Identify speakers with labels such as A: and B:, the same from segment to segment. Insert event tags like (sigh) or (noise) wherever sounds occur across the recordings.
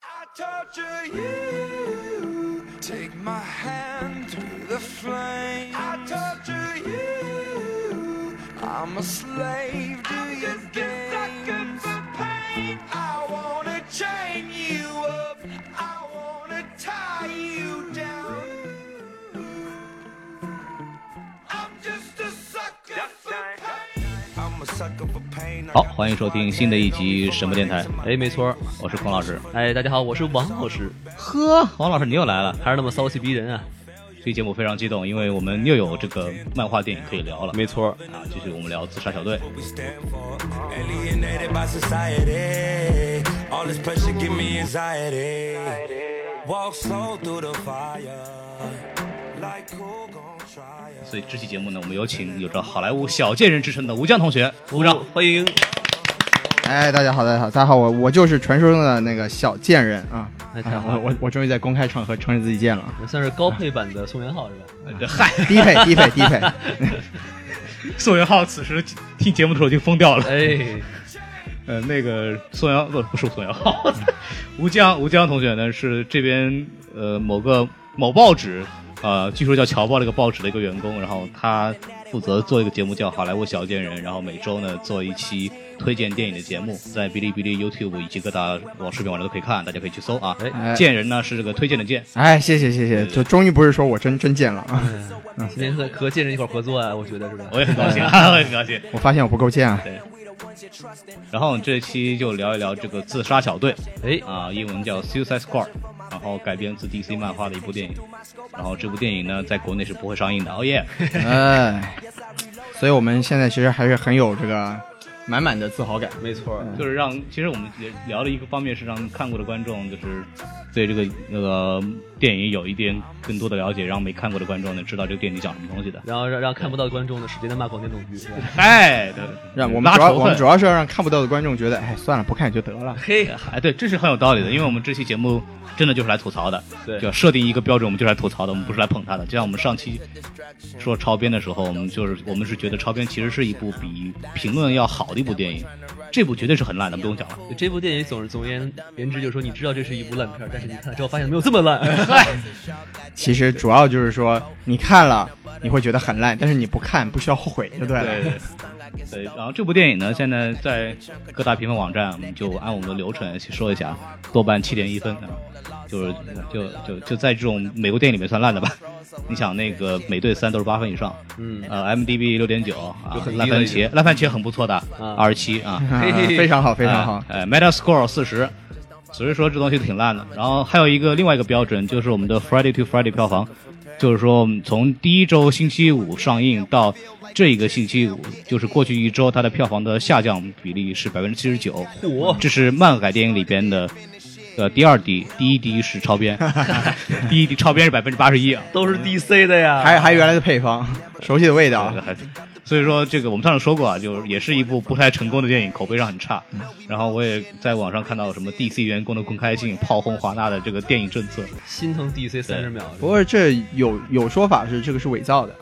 A: I torture you. Take my hand through the flame. I torture you. I'm a slave to your games. I wanna chain you up. I wanna tie you down. I'm just a sucker for pain. I'm a sucker for pain.
B: 好，欢迎收听新的一集什么电台？
C: 哎，没错儿，
B: 我是孔老师。
C: 哎，大家好，我是王老师，
B: 呵，王老师你又来了，
C: 还是那么骚气逼人啊！
B: 这期节目非常激动，因为我们又有这个漫画电影可以聊了。
C: 没错儿，
B: 啊，继续我们聊《自杀小队》。
A: we stand for. Alienated by society. All this pressure give me anxiety. Walk slow through the fire. Like who gon' try it?
B: 所以这期节目呢，我们有请有着好莱坞小贱人之称的吴江同学，鼓
D: 哦
B: 掌欢迎。
E: 哎，大家好，大家好，大家好，我我就是传说中的那个小贱人啊！
C: 哎，太
E: 哎
C: 好
E: 我
C: 了，
E: 我我终于在公开场合承认自己贱了，啊！
C: 我算是高配版的宋元浩是吧？
B: 呃嗨，
E: 低配低配低
B: (laughs)
E: 配，
B: 宋元浩此时听节目的时候已经疯掉了。
C: 哎，
B: 呃，那个宋阳不不是宋阳浩， (laughs) 吴江吴江同学呢是这边呃某个某报纸呃，据说叫《侨报》这个报纸的一个员工，然后他负责做一个节目叫《好莱坞小贱人》，然后每周呢做一期推荐电影的节目，在哔哩哔哩、YouTube 以及各大网视频网站都可以看，大家可以去搜啊。
C: 哎
E: 哎
B: 贱人呢是这个推荐的贱，
E: 哎，谢谢谢谢，就终于不是说我真真贱了啊！
B: 嗯
C: 今天和和贱人一块儿合作啊，我觉得是吧？
B: 我也很高兴啊，我也很高兴。
E: 我发现我不够
B: (laughs)
E: 贱啊！
B: 然后这期就聊一聊这个自杀小队，
C: 哎，
B: 啊，英文叫《Suicide Squad》，然后改编自 DC 漫画的一部电影。然后这部电影呢，在国内是不会上映的。哦耶！
E: 哎，所以我们现在其实还是很有这个满满的自豪感。
C: 没错儿，
B: 就是让，其实我们也聊的一个方面是让看过的观众就是对这个那个电影有一点更多的了解，让没看过的观众呢知道这个电影讲什么东西的。
C: 然后让让看不到观众呢，使劲的骂广电总局是吧？
B: 哎，对，
E: 让我们
B: 拉
E: 主要
B: 仇
E: 我们
B: 恨
E: 主。要是要让看不到的观众觉得，哎，算了，不看也就得
B: (laughs)
E: 了。
C: 嘿，
B: 哎，对，这是很有道理的，因为我们这期节目真的就是来吐槽的，
C: 对
B: 就要设定一个标准，我们就是来吐槽的，我们不是来捧他的。就像我们上期说超编的时候，我们就是我们是觉得超编其实是一部比评论要好的一部电影，这部绝对是很烂的，不用讲了。
C: 这部电影总总而言言之就是说，你知道这是一部烂片儿，但是你看了之后发现没有这么
F: (laughs)
C: 烂。
E: 其实主要就是说，你看了你会觉得很烂，但是你不看不需要后悔，就对了。
B: 对对对，然后这部电影呢，现在在各大评分网站，我们就按我们的流程去说一下，豆瓣七点一分啊，就是就就就在这种美国电影里面算烂的吧。你想那个美队三都是八分以上，
C: 嗯
B: 呃，MDB 六点九啊
C: 就，很低
B: 烂番
C: 了已经
B: 茄，烂番茄很不错的，二十七啊， (laughs)
E: 啊
C: (laughs) 嘿嘿嘿
E: 非常好，非常好。
B: 哎、m e t a Score 四十，所以说这东西挺烂的。然后还有一个另外一个标准就是我们的 Friday to Friday 票房，就是说我们从第一周星期五上映到这一个星期五，就是过去一周它的票房的下降比例是百分之七十九，这是漫改电影里边的。呃，第二低，第一低是超
E: (laughs)
B: 编， (laughs) 第一低超编是百分之八十一啊，
C: 都是 DC 的
B: 啊
C: 呀，
E: 还有还有原来的
B: (laughs)
E: 配方，熟悉的味道
B: 对。还 (laughs) 所以说这个我们上次说过啊，就是也是一部不太成功的电影，口碑上很差。然后我也在网上看到什么 DC 员工的公开信炮轰华纳的这个电影政策
C: 心疼 DC 三十秒。
E: 不过这有有说法是这个是伪造的，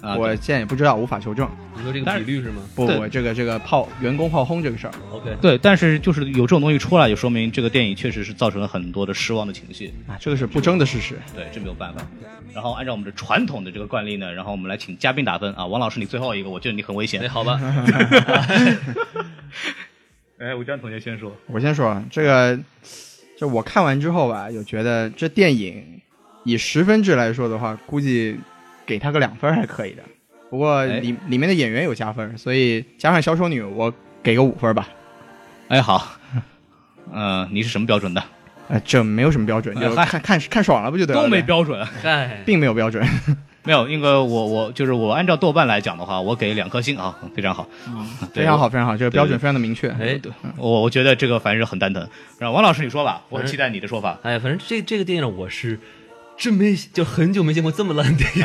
B: 啊，
E: 我
B: 对
E: 现在也不知道，无法求证。
C: 你说这个
B: 但
C: 比
B: 是
C: 率是吗
E: 不，
B: 对
E: 我这个这个炮员工炮轰这个事儿，
C: ？OK，
B: 对，但是就是有这种东西出来，就说明这个电影确实是造成了很多的失望的情绪。
E: 啊，这个是不争的事实。
B: 对，这没有办法。然后按照我们的传统的这个惯例呢，然后我们来请嘉宾打分啊，王老师你最后一个，我觉得你很危
C: 哎，
B: 险。
C: 好吧，
B: (laughs) 哎，吴江同学先说，
E: 我先说啊这个，就我看完之后吧，有觉得这电影以十分制来说的话，估计给他个两分还可以的。不过
B: 哎
E: 里、里面的演员有加分，所以加上小丑女，我给个五分吧。
B: 哎好，嗯、你是什么标准的？ (laughs)
E: 呃，这没有什么标准，就
B: 哎
E: 看看看爽了不就得了呗？
B: 标准。
C: 嗨，
E: 并没有标准。
B: 没有，那个我我就是我按照豆瓣来讲的话，我给两颗星啊， (laughs) 非常好，
E: 嗯非常好，非常好，这个标准非常的明确。
C: 哎，
B: 我我觉得这个反正很蛋疼。然后王老师你说吧，我很
C: 嗯
B: 期待你的说法。 (laughs)
C: 哎，反正这这个电影我是真没就很久没见过这么烂的电影。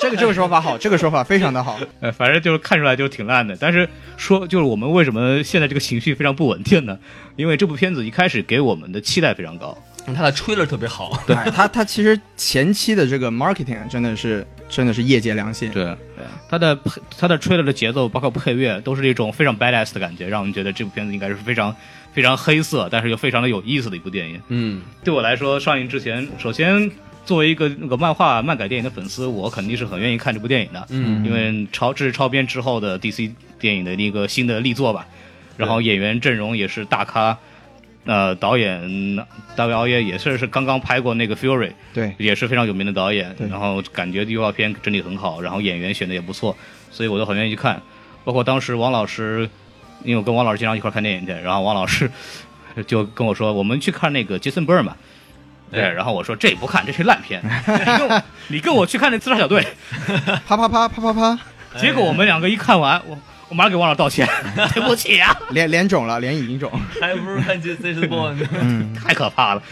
E: 这个这个说
C: (laughs)
E: 法好，这个说法非常的好。
B: 呃，反正就是看出来就是挺烂的。但是说就是我们为什么现在这个情绪非常不稳定呢？因为这部片子一开始给我们的期待非常高，
C: 他的 trailer 特别好，
E: (laughs) 对他，哎他其实前期的这个 marketing 真的是真的是业界良心。
B: 对，它的配它的 trailer 的节奏，包括配乐，都是一种非常 badass 的感觉，让我们觉得这部片子应该是非常非常黑色，但是又非常的有意思的一部电影。
C: 嗯，
B: 对我来说，上映之前，首先作为一个那个漫画漫改电影的粉丝，我肯定是很愿意看这部电影的，嗯，因为超这是超编之后的 DC 电影的一个新的力作吧，然后演员阵容也是大咖。呃，导演大卫·奥耶也是是刚刚拍过那个《Fury》，
E: 对，
B: 也是非常有名的导演
E: 对，
B: 然后感觉预告片整体很好，然后演员选的也不错，所以我都很愿意去看。包括当时王老师，因为我跟王老师经常一块儿看电影去，然后王老师 (laughs) 就跟我说，我们去看那个杰森·伯尔嘛。对，
C: 哎
B: 然后我说这不看，这是烂片。你跟我你跟我去看那《自杀小队
E: 啪啪啪啪啪啪，》，
B: 结果我们两个一看完，我我马上给王老师道歉，对不起啊，
E: 脸脸肿了，脸已经肿。
C: 还不如看《Jason Bourne》呢。
B: 太可怕了。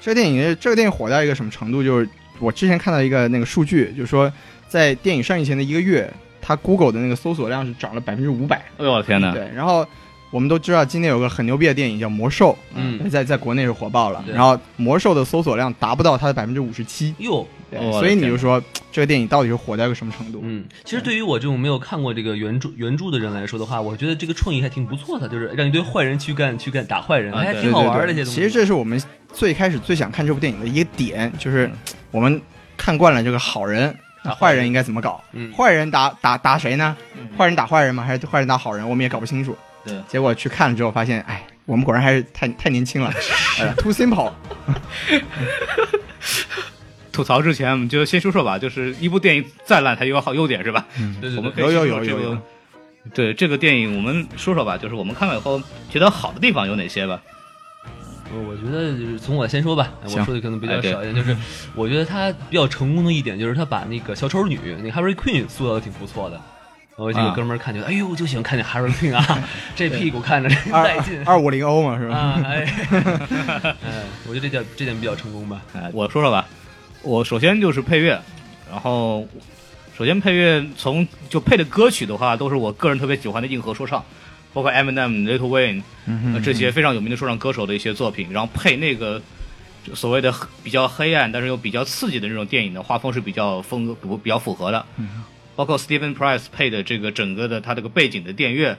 E: 这个电影，这个电影火到一个什么程度？就是我之前看到一个那个数据，就是说在电影上映前的一个月，它 Google 的那个搜索量是涨了百分之五百。
B: 哎呦我的天
C: 嗯
B: 哪！
E: 对，然后我们都知道今年有个很牛逼的电影叫《魔兽》，
C: 嗯
E: 在在国内是火爆了。
C: 对
E: 然后《魔兽》的搜索量达不到它的百分之五十七，
C: 哟，
E: 对
B: 我的
E: 所以你
B: 天
E: 就说这个电影到底是火到一个什么程度？
C: 嗯，其实对于我这种没有看过这个原著原著的人来说的话，我觉得这个创意还挺不错的，就是让一堆坏人去干去干打坏人，
B: 啊
C: 还
B: 对
C: 挺好玩儿的。这些东西
E: 其实这是我们最开始最想看这部电影的一个点，就是
C: 嗯
E: 我们看惯了这个好人，那坏人应该怎么搞？
C: 嗯
E: 坏人打打打谁呢？坏人打坏人吗？还是坏人打好人？我们也搞不清楚。
B: 对
E: 结果去看了之后发现，哎，我们果然还是太太年轻了
C: (laughs)
E: 哎呀，too simple。
B: 吐槽之前，我们就先说说吧，就是一部电影再烂，它也有好优点是吧？
C: 对
B: 我
C: 对
B: 们
C: 对，
B: 可以
E: 嗯有有
B: 说
E: 有
B: 说
E: 有
B: 这个
E: 有
B: 对这个电影，我们说说吧，就是我们看完以后觉得好的地方有哪些吧？
C: 我呃我觉得就是从我先说吧，我
E: 行
C: 说的可能比
B: 哎
C: 较
B: 对
C: 少一点，就是我觉得他比较成功的一点就是他把那个小丑女那 Harley Quinn 塑造的挺不错的。我有几个
B: 啊
C: 哥们儿看见，哎呦，我就喜欢看见 Harley Quinn 啊，这屁股看着
E: 二
C: 带劲
E: 二五零欧嘛，是吧？
C: 啊，哎，哎，我觉得这点这点比较成功吧。
B: 哎，我说说吧，我首先就是配乐，然后首先配乐从就配的歌曲的话，都是我个人特别喜欢的硬核说唱，包括 Eminem、Little Wayne、呃、这些非常有名的说唱歌手的一些作品，然后配那个就所谓的黑比较黑暗但是又比较刺激的那种电影的画风是比较风格比比较符合的，包括 Stephen Price 配的这个整个的他这个背景的电乐。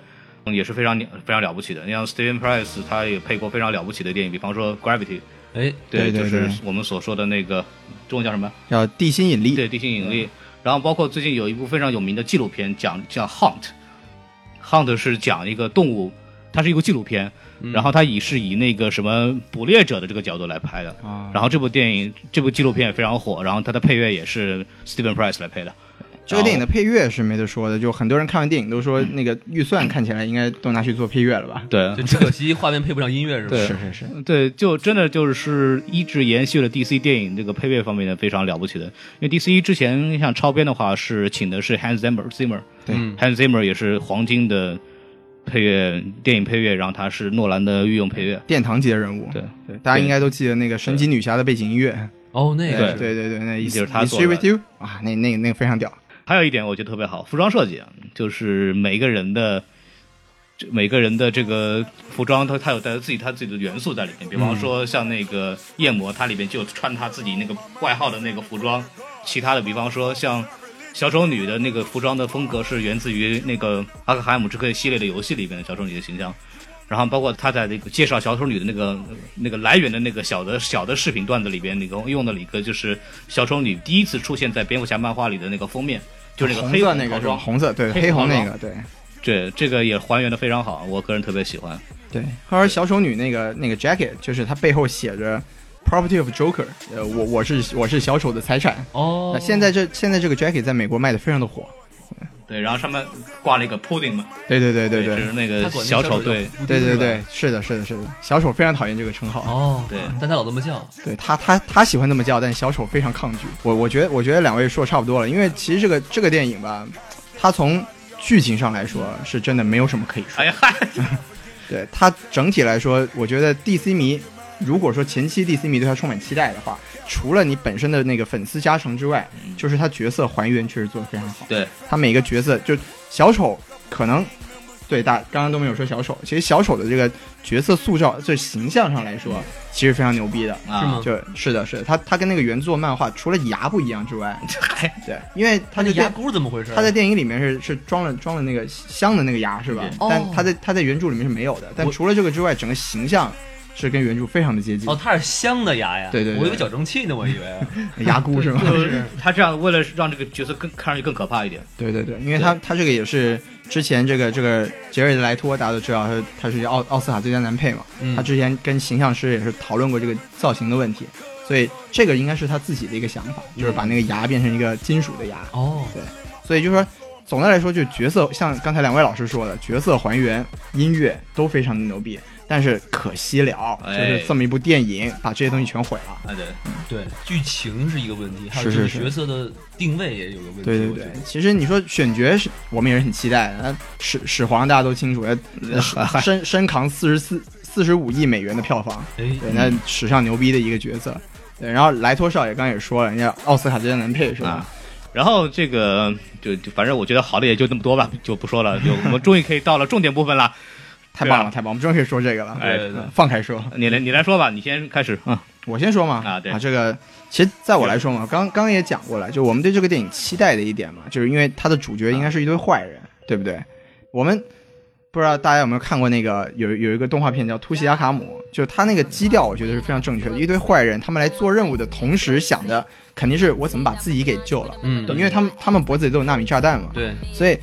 B: 嗯也是非常了非常了不起的。你像 Stephen Price，他也配过非常了不起的电影，比方说《Gravity》，
C: 哎，
B: 对，
E: 对对
B: 就是
E: 对
B: 我们所说的那个中文叫什么？
E: 叫地心引力。
B: 对，地心引力。然后包括最近有一部非常有名的纪录片讲叫《Hunt》，《Hunt》是讲一个动物，它是一个纪录片，
E: 嗯
B: 然后它以是以那个什么捕猎者的这个角度来拍的。
E: 啊
B: 然后这部电影这部纪录片也非常火，然后它的配乐也是 Steven Price 来配的。
E: 这个电影的配乐是没得说的，就很多人看完电影都说
C: 嗯
E: 那个预算看起来应该都拿去做配乐了吧？
B: 对
C: 就只可惜画面配不上音乐是吧？
B: 对
E: 是是是，
B: 对，就真的就是一直延续了 DC 电影这个配乐方面的非常了不起的，因为 DC 之前像超编的话是请的是 Hans Zimmer Zimmer，
E: 对
B: 嗯，Hans Zimmer 也是黄金的配乐电影配乐，然后他是诺兰的御用配乐，
E: 殿堂级的人物。
B: 对
E: 对，大家应该都记得那个神奇女侠的背景音乐。
C: 哦，那个
E: 对对对，那意思
B: 就是他
E: i
B: 做的
E: with you 啊，那那个那个非常屌。
B: 还有一点我觉得特别好，服装设计啊，就是每个人的。这每个人的这个服装，它它有带自己它自己的元素在里面。比方说像那个夜魔，它里面就穿他自己那个外号的那个服装。其他的，比方说像小丑女的那个服装的风格是源自于那个阿克海姆之克系列的游戏里面的小丑女的形象。然后包括他在那个介绍小丑女的那个那个来源的那个小的小的视频段子里边，那个用的一个就是小丑女第一次出现在蝙蝠侠漫画里的那个封面，就是那个
E: 红
B: 黑
E: 色
B: 红
E: 那个
B: 套
E: 是吧？
B: 装，
E: 红色对，
B: 黑
E: 黑红
B: 红
E: 那
B: 套
E: 个对
B: 对这个也还原的非常好，我个人特别喜欢。
E: 对。后来小丑女那个那个 jacket，就是它背后写着 property of Joker，呃，我我是我是小丑的财产。
C: 哦
E: 那，现在这现在这个 jacket 在美国卖的非常的火，
B: 对，然后上面挂了一个 pudding 嘛，
E: 对对对对对
B: 就是那
C: 他
B: 个
C: 管那
B: 小
C: 叫
B: 丑对，
C: 布丁
E: 对对
C: 是吧
E: 对，是的，是的，是的。小丑非常讨厌这个称号，
C: 哦，
B: 对
C: 但他老这么叫，
E: (laughs) 对他他他喜欢那么叫，但小丑非常抗拒。我我觉得我觉得两位说差不多了，因为其实这个这个电影吧，它从剧情上来说是真的没有什么可以说的。
B: 哎呀嗨，
E: 对它整体来说，我觉得 DC 迷，如果说前期 DC 迷对它充满期待的话，除了你本身的那个粉丝加成之外，就是它角色还原确实做得非常好。
B: 对，
E: 它每个角色就小丑可能。对，大刚刚都没有说小丑，其实小丑的这个角色塑造，这形象上来说，其实非常牛逼的。
B: 啊
C: 是吗
E: 就是的，是的，他他跟那个原作漫画除了牙不一样之外，对，因为
C: 他
E: 他
C: 那
E: 就
C: 牙
E: 电
C: 箍怎么回事？
E: 他在电影里面是是装了装了那个镶的那个牙是吧？
C: 哦
E: 但他在他在原著里面是没有的，但
C: 我
E: 除了这个之外，整个形象是跟原著非常的接近，
C: 哦，他是镶的牙呀，
E: 对对对
C: 我以为矫正器呢，我以为。啊
E: 牙箍 (laughs) 是吗？
B: 就是他这样为了让这个角色更看上去更可怕一点，
E: 对对对，因为他他这个也是之前这个这个杰瑞·莱托，大家都知道他他是奥奥斯卡最佳男配嘛，
C: 嗯
E: 他之前跟形象师也是讨论过这个造型的问题，所以这个应该是他自己的一个想法，就是把那个牙变成一个金属的牙，
C: 哦，
E: 所以就是说，总的来说，就角色像刚才两位老师说的，角色还原、音乐都非常的牛逼。但是可惜了，就
B: 哎
E: 是这么一部电影，把这些东西全毁了。
B: 啊对，
C: 对，剧情是一个问题，还有
E: 是
C: 就是角色的定位也有个问题。
E: 对对
C: 我觉
E: 对
C: 得，
E: 其实你说选角是，我们也是很期待的。那始始皇大家都清楚，呃
B: 嗨
E: 深深扛四十四四十五亿美元的票房，对，
C: 哎，
E: 那史上牛逼的一个角色。对，然后莱托少爷刚刚也说了，人家奥斯卡最佳男配是吧？
B: 啊然后这个就就反正我觉得好的也就那么多吧，就不说了，就我们终于可以到了重点部分了， (laughs)
E: 太棒
B: 对啊
E: 了，太棒了！我们终于可以说这个了。
B: 哎
C: 对对对
E: 嗯放开说。
B: 你来你来说吧，你先开始啊，
E: 我先说嘛
B: 啊对
E: 这个其实在我来说嘛，刚刚也讲过了，就我们对这个电影期待的一点嘛，就是因为它的主角应该是一堆坏人，对不对？我们不知道大家有没有看过那个有有一个动画片叫《突袭阿卡姆》，就是它那个基调我觉得是非常正确的，一堆坏人他们来做任务的同时想的肯定是我怎么把自己给救了，
C: 嗯，
E: 因为他们他们脖子里都有纳米炸弹嘛，
C: 对，
E: 所以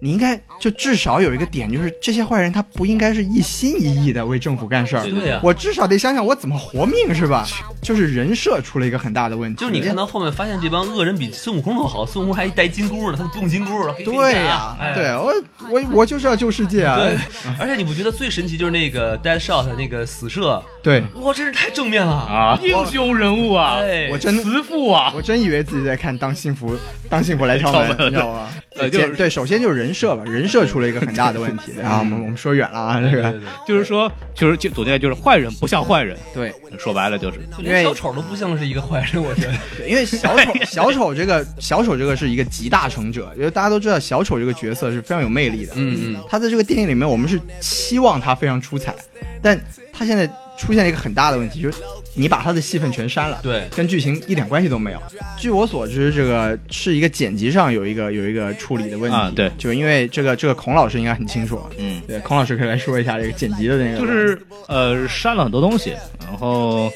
E: 你应该就至少有一个点，就是这些坏人他不应该是一心一意的为政府干事儿，
C: 对啊呀
E: 我至少得想想我怎么活命是吧？就是人设出了一个很大的问题，
C: 就是你看到后面发现这帮恶人比孙悟空都好，孙悟空还一戴金箍呢，啊他都不用金箍了。可以飞
E: 对
C: 呀、
E: 呀、
C: 哎
E: 对我我我就是要救世界啊，
C: 对，而且你不觉得最神奇就是那个 Dead Shot 那个死射，
E: 对
C: 哇，真是太正面了啊！
B: 啊，英雄人物啊，
C: 哎，
E: 哦我真
B: 慈父啊，
E: 我真以为自己在看《当幸福当幸福来敲门
B: 敲》，门
E: 你知
C: (laughs)
E: 道吗？
B: 对
E: 对
B: 就是
E: 对，首先就是人设吧，人设出了一个很大的问
C: (laughs)
E: 题啊。我们我们说远了啊，这
C: 对对
E: 个
C: 对，
B: 就是说就是就总结来就是坏人不像坏人，
E: 对
B: 说白了就是
C: 就
E: 因为
C: 连小丑都不像是一个坏人，我觉得。
E: 对，因为小丑小丑这个小丑这个是一个集大成者，因为大家都知道小丑这个角色是非常有魅力的。
C: 嗯嗯，
E: 他在这个电影里面，我们是期望他非常出彩，但他现在出现了一个很大的问题，就是你把他的戏份全删了，
C: 对
E: 跟剧情一点关系都没有。据我所知，这个是一个剪辑上有一个有一个处理的问题，
B: 啊对
E: 就因为这个这个孔老师应该很清楚，
B: 嗯，
E: 对，孔老师可以来说一下这个剪辑的那个，
B: 就是呃删了很多东西，然后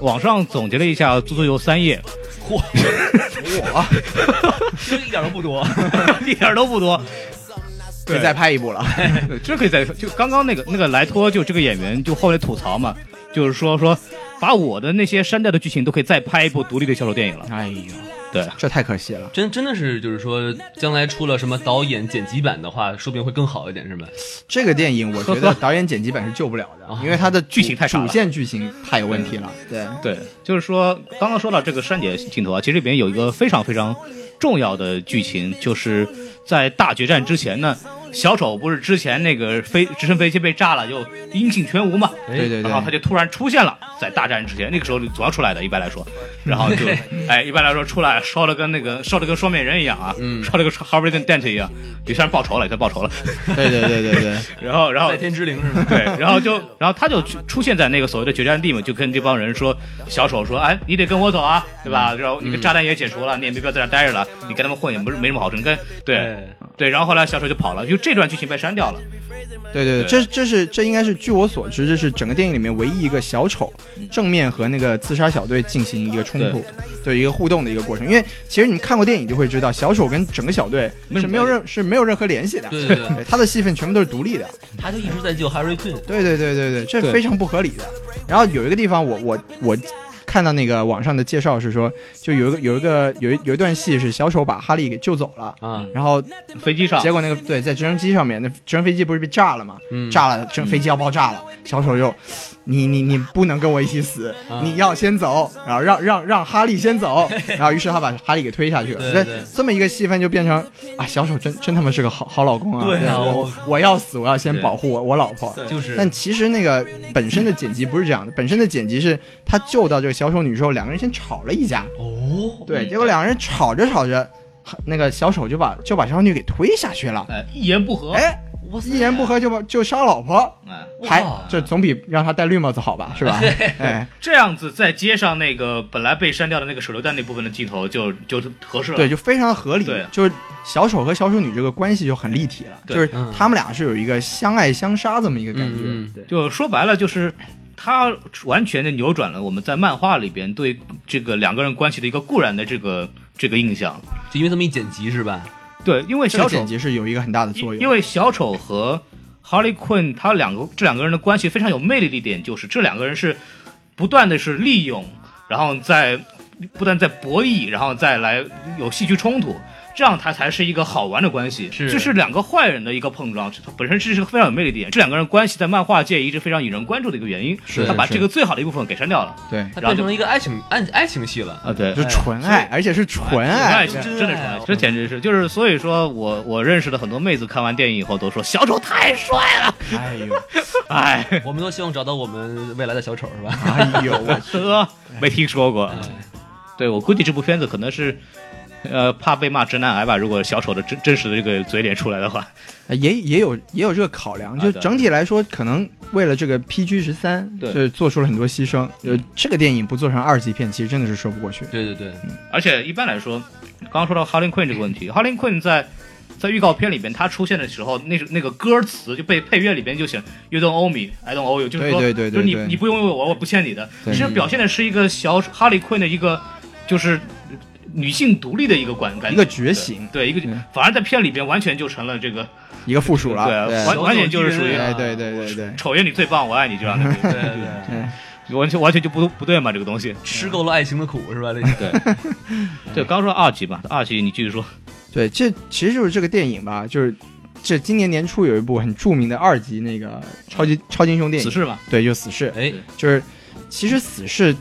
B: 网上总结了一下，足足有三页， (laughs)
C: 嚯，这一点都不多。
B: 一点儿都不多。 (laughs)
E: 可以再拍一部了，
B: 对，这可以再就刚刚那个那个莱托就这个演员就后来吐槽嘛，就是说说把我的那些删掉的剧情都可以再拍一部独立的小丑电影了。
E: 哎呦，
B: 对，
E: 这太可惜了。
C: 真真的是，就是说，将来出了什么导演剪辑版的话，说不定会更好一点，是吧？
E: 这个电影我觉得导演剪辑版是救不了的，因为它的主
B: 剧情太傻了
E: 主线剧情太有问题了。对
B: 对，就是说刚刚说到这个删减镜头啊，其实里面有一个非常非常重要的剧情，就是在大决战之前呢，小丑不是之前那个飞直升飞机被炸了，就音信全无嘛。
E: 对对
B: 然后他就突然出现了，在大战之前，那个时候总要出来的，一般来说，
E: 嗯
B: 然后
E: (laughs)
B: 就，哎，一般来说出来烧的跟那个烧的跟双面人一样啊，
E: 嗯
B: 烧的跟 Harvey Dent 一样，也算是报仇了，也算报仇了。 (laughs)
E: 对对对对对，
B: 然后，然后
C: 在天之灵是吗？
B: (laughs) 对，然后就，然后他就出出现在那个所谓的决战地嘛，就跟这帮人说，小丑说，哎，你得跟我走啊，对吧？
E: 嗯
B: 然后那个炸弹也解除了，你也没必要在这儿待着了，你跟他们混也不是没什么好处，你跟对
C: 哎
B: 对，然后后来小丑就跑了，就这段剧情被删掉了，
E: 对对对，这这是这应该是据我所知，这是整个电影里面唯一一个小丑正面和那个自杀小队进行一个冲突，对一个互动的一个过程。因为其实你看过电影就会知道，小丑跟整个小队是没有任是没有任何联系的，
C: 对对对
E: 他的戏份全部都是独立的。
C: 他就一直在救 Harry Quinn。
E: 对对对对对，这
B: 对
E: 非常不合理的。然后有一个地方我我我。看到那个网上的介绍是说，就有一个有一个有一有一段戏是小丑把哈利给救走了，
D: 啊，
E: 然后
B: 飞机上
E: 结果那个对，在直升机上面，那直升飞机不是被炸了吗？
D: 嗯
E: 炸了，直升飞机要爆炸了，小丑就，你你你不能跟我一起死，
C: 啊
E: 你要先走，然后让让让哈利
C: (laughs)
E: 先走，然后于是他把哈利给推下去了。
C: 对
E: 所以
C: 对
E: 这么一个戏份就变成啊，小丑真真他妈是个好好老公啊！
C: 对啊
E: 我
C: 我
E: 我要死，我要先保护我我老婆。
C: 就是
E: 但其实那个本身的剪辑不是这样的，本身的剪辑是他救到这个小丑女之后，两个人先吵了一架，
C: 哦，
E: 对，结果两个人吵着吵着，那个小丑就把就把小丑女给推下去了。
B: 哎，一言不合，
E: 哎，一言不合就把就杀老婆，
B: 哎，
E: 还
C: 哇
E: 这总比让他戴绿帽子好吧，是吧？哎，
B: 这样子再接上那个本来被删掉的那个手榴弹那部分的镜头就，就合适了。
E: 对，，就非常合理
B: 对。
E: 就是小丑和小丑女这个关系就很立体了，
B: 对
E: 就是
D: 嗯
E: 他们俩是有一个相爱相杀这么一个感觉。
D: 嗯嗯
E: 对，
B: 就说白了就是。他完全的扭转了我们在漫画里边对这个两个人关系的一个固然的这个这个印象。
C: 就因为这么一剪辑是吧？
B: 对，因为
E: 这个
B: 小丑
E: 剪辑是有一个很大的作用，
B: 因因为小丑和 Harley Quinn 他两个这两个人的关系非常有魅力的一点，就是这两个人是不断的是利用，然后再不断在博弈，然后再来有戏剧冲突，这样他才是一个好玩的关系。
C: 是
B: 这是两个坏人的一个碰撞，这本身这是个非常有魅力的一点。这两个人关系在漫画界一直非常引人关注的一个原因，
E: 是
B: 他把
E: 是
B: 这个最好的一部分给删掉了
E: 对，
C: 它
B: 然
C: 变
B: 后就
C: 成了一个 (laughs) 爱情爱爱情戏了。
B: 啊，对
E: 就纯爱，而且是纯爱。
B: 真
C: 真
B: 真的是
C: 爱
B: 爱
C: 哦，
B: 哎这简直是就是，所以说我我认识的很多妹子看完电影以后都说小丑太帅了，
E: 哎呦，
B: 哎，
C: 我们都希望找到我们未来的小丑是吧？
E: 哎呦，我
B: 呵， (laughs) 没听说过。对我估计这部片子可能是，呃，怕被骂直男癌吧。如果小丑的真真实的这个嘴脸出来的话，
E: 也也有也有这个考量，就
B: 啊对
E: 整体来说，可能为了这个 PG 十三，
B: 对嗯
E: 就是做出了很多牺牲。就这个电影不做成二级片，其实真的是说不过去。
C: 对对对，
B: 而且一般来说，刚刚说到 Harley Quinn 这个问题，Harley Quinn 在在预告片里边她出现的时候，那那个歌词就被配乐里边就写 “You don't owe me, I don't owe you”，就是说，
E: 对对对对
B: 就是
E: 对
B: 你你不用为我，我不欠你的。
E: 对
B: 其实表现的是一个小 Harley Quinn 的一个就是女性独立的一个观感，
E: 一个嗯觉醒
B: 对，对一
E: 对
B: 个反而在片里边完全就成了这个
E: 一个附属了，哎
B: 对完
C: 小
B: 完全
C: 丑
B: 就是属于
C: 艺人啊
E: 对对对对对，
B: 丑爷你最棒，我爱你这样的感觉，
C: 对对对，
B: 完全完 (laughs) 全就不不对嘛，这个东西。
C: 吃够了爱情的苦是吧？这个
B: 对，刚说二级嘛，二级你继续说。
E: 对，这其实就是这个电影吧，就是这今年年初有一部很著名的二级那个超级超级英雄电
B: 死
E: 影，
B: 侍嘛，
E: 对，就死侍，
C: 哎，
E: 就是其实死侍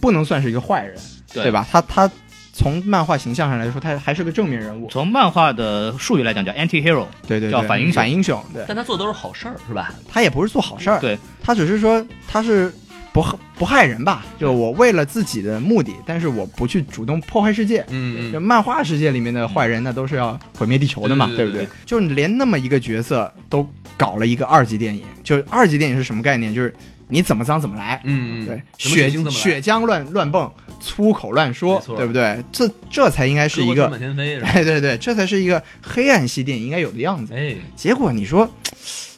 E: 不能算是一个坏人，
B: 对
E: 对吧？他他从漫画形象上来说，他还是个正面人物，
B: 从漫画的术语来讲叫 anti hero，
E: 对对对，
B: 叫反英雄
E: 反英雄，对。
C: 但他做的都是好事儿是吧？
E: 他也不是做好事儿，
B: 对，
E: 他只是说他是不害不害人吧，就我为了自己的目的，但是我不去主动破坏世界。
C: 嗯
E: 就漫画世界里面的坏人，那都是要毁灭地球的嘛，
C: 对
E: 对
C: 对
E: 不
C: 对
E: 对
C: 对？
E: 就是连那么一个角色都搞了一个二级电影，就是二级电影是什么概念？就是你怎么脏怎么来，
C: 嗯嗯，
E: 对，
C: 什么血
E: 血
C: 腥怎么来
E: 血浆乱乱蹦，粗口乱说
C: 没，错
E: 对不对？这这才应该是一
C: 胳膊肘
E: 个，
C: 满天飞是吧？
E: (laughs) 对对对，这才是一个黑暗系电影应该有的样子。
C: 哎，
E: 结果你说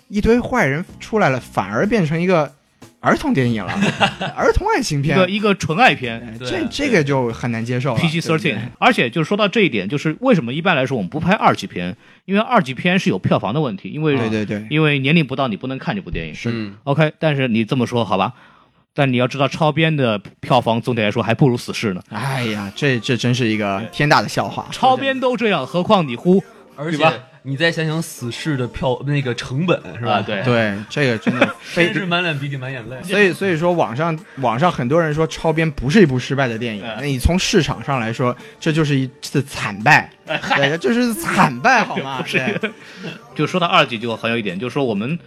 E: 一堆坏人出来了，反而变成一个儿童电
B: (laughs)
E: 影了，儿童爱情
B: 一啊
E: 片
B: 个，一个纯爱片。
E: 哎
C: 对
E: 这这个就很难接受了。
B: PG
E: 对不对
B: thirteen，而且就是说到这一点，就是为什么一般来说我们不拍二级片，因为二级片是有票房的问题，因为
E: 对对对，
B: 因为年龄不到你不能看这部电影。嗯
E: 是
B: OK，但是你这么说好吧，但你要知道超编的票房总体来说还不如死侍呢，
E: 哎呀，这这真是一个天大的笑话。
B: 超编都这样，何况你呼
C: 而
B: 对吧
C: 且你再想想死侍的票那个成本是吧？
B: 啊？， (laughs) 对，
E: 对，这个真的非
C: 真
B: (laughs)
C: 是满脸鼻涕满眼泪。
E: 所以所以说网上网上很多人说超编不是一部失败的电影，
B: 嗯
E: 那你从市场上来说，这就是一次惨败，对，这是惨败好
B: (laughs)
E: 吗？对
B: 就说到二级就很有一点，就是说我们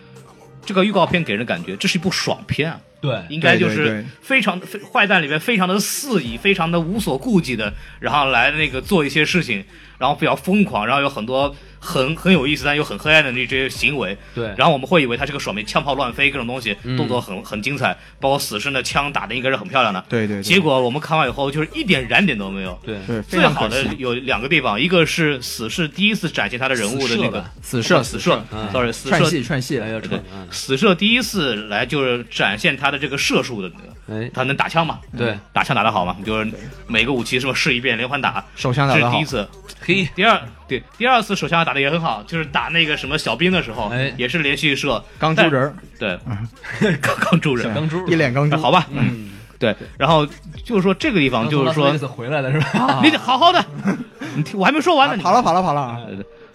B: 这个预告片给人感觉这是一部爽片啊，
C: 对，
B: 应该就
E: 对对
B: 是
E: 对
B: 非常非坏蛋里面非常的肆意，非常的无所顾忌的，然后来那个做一些事情，然后比较疯狂，然后有很多很很有意思但又很黑暗的这些行为。
C: 对
B: 然后我们会以为它是个爽片，枪炮乱飞，各种东西，
E: 嗯
B: 动作很很精彩，包括死神的枪打的应该是很漂亮的。
E: 对对对
B: 结果我们看完以后就是一点燃点都没有。
C: 对
E: 对，非
B: 最
E: 常
B: 好
E: 可
B: 的
E: 惜。
B: 有两个地方，一个是死侍第一次展现他的人物的那
C: 死射
B: 个
C: 吧
E: 死射
B: 死射
C: 嗯
B: ，sorry，死
E: 串戏
B: 射
E: 串戏，
C: 哎呀，成嗯
B: 死射第一次来就是展现他的这个射术的那个，
C: 哎，
B: 他能打枪嘛？嗯
C: 对，
B: 打枪打得好嘛？就是每个武器是吧试一遍连环打，
E: 手枪打
B: 这
E: 得
B: 是
E: 好
B: 第一，次。
C: 嘿，
B: 第二对第二次手枪打得也很好，就是打那个什么小兵的时候
C: 哎，
B: 也是连续射
E: 钢珠人儿， (laughs)
B: 但，对，刚刚住人
C: 钢珠
E: 一脸钢珠，
B: (laughs) 好吧，对，然后就是说这个地方就是
C: 嗯
B: 说
C: 拉斯维
B: 啊
C: 加，斯回来了是吧？
B: 你得好
C: (laughs)
B: 好的，你听我还没说完呢，你
E: 啊跑了跑了跑了，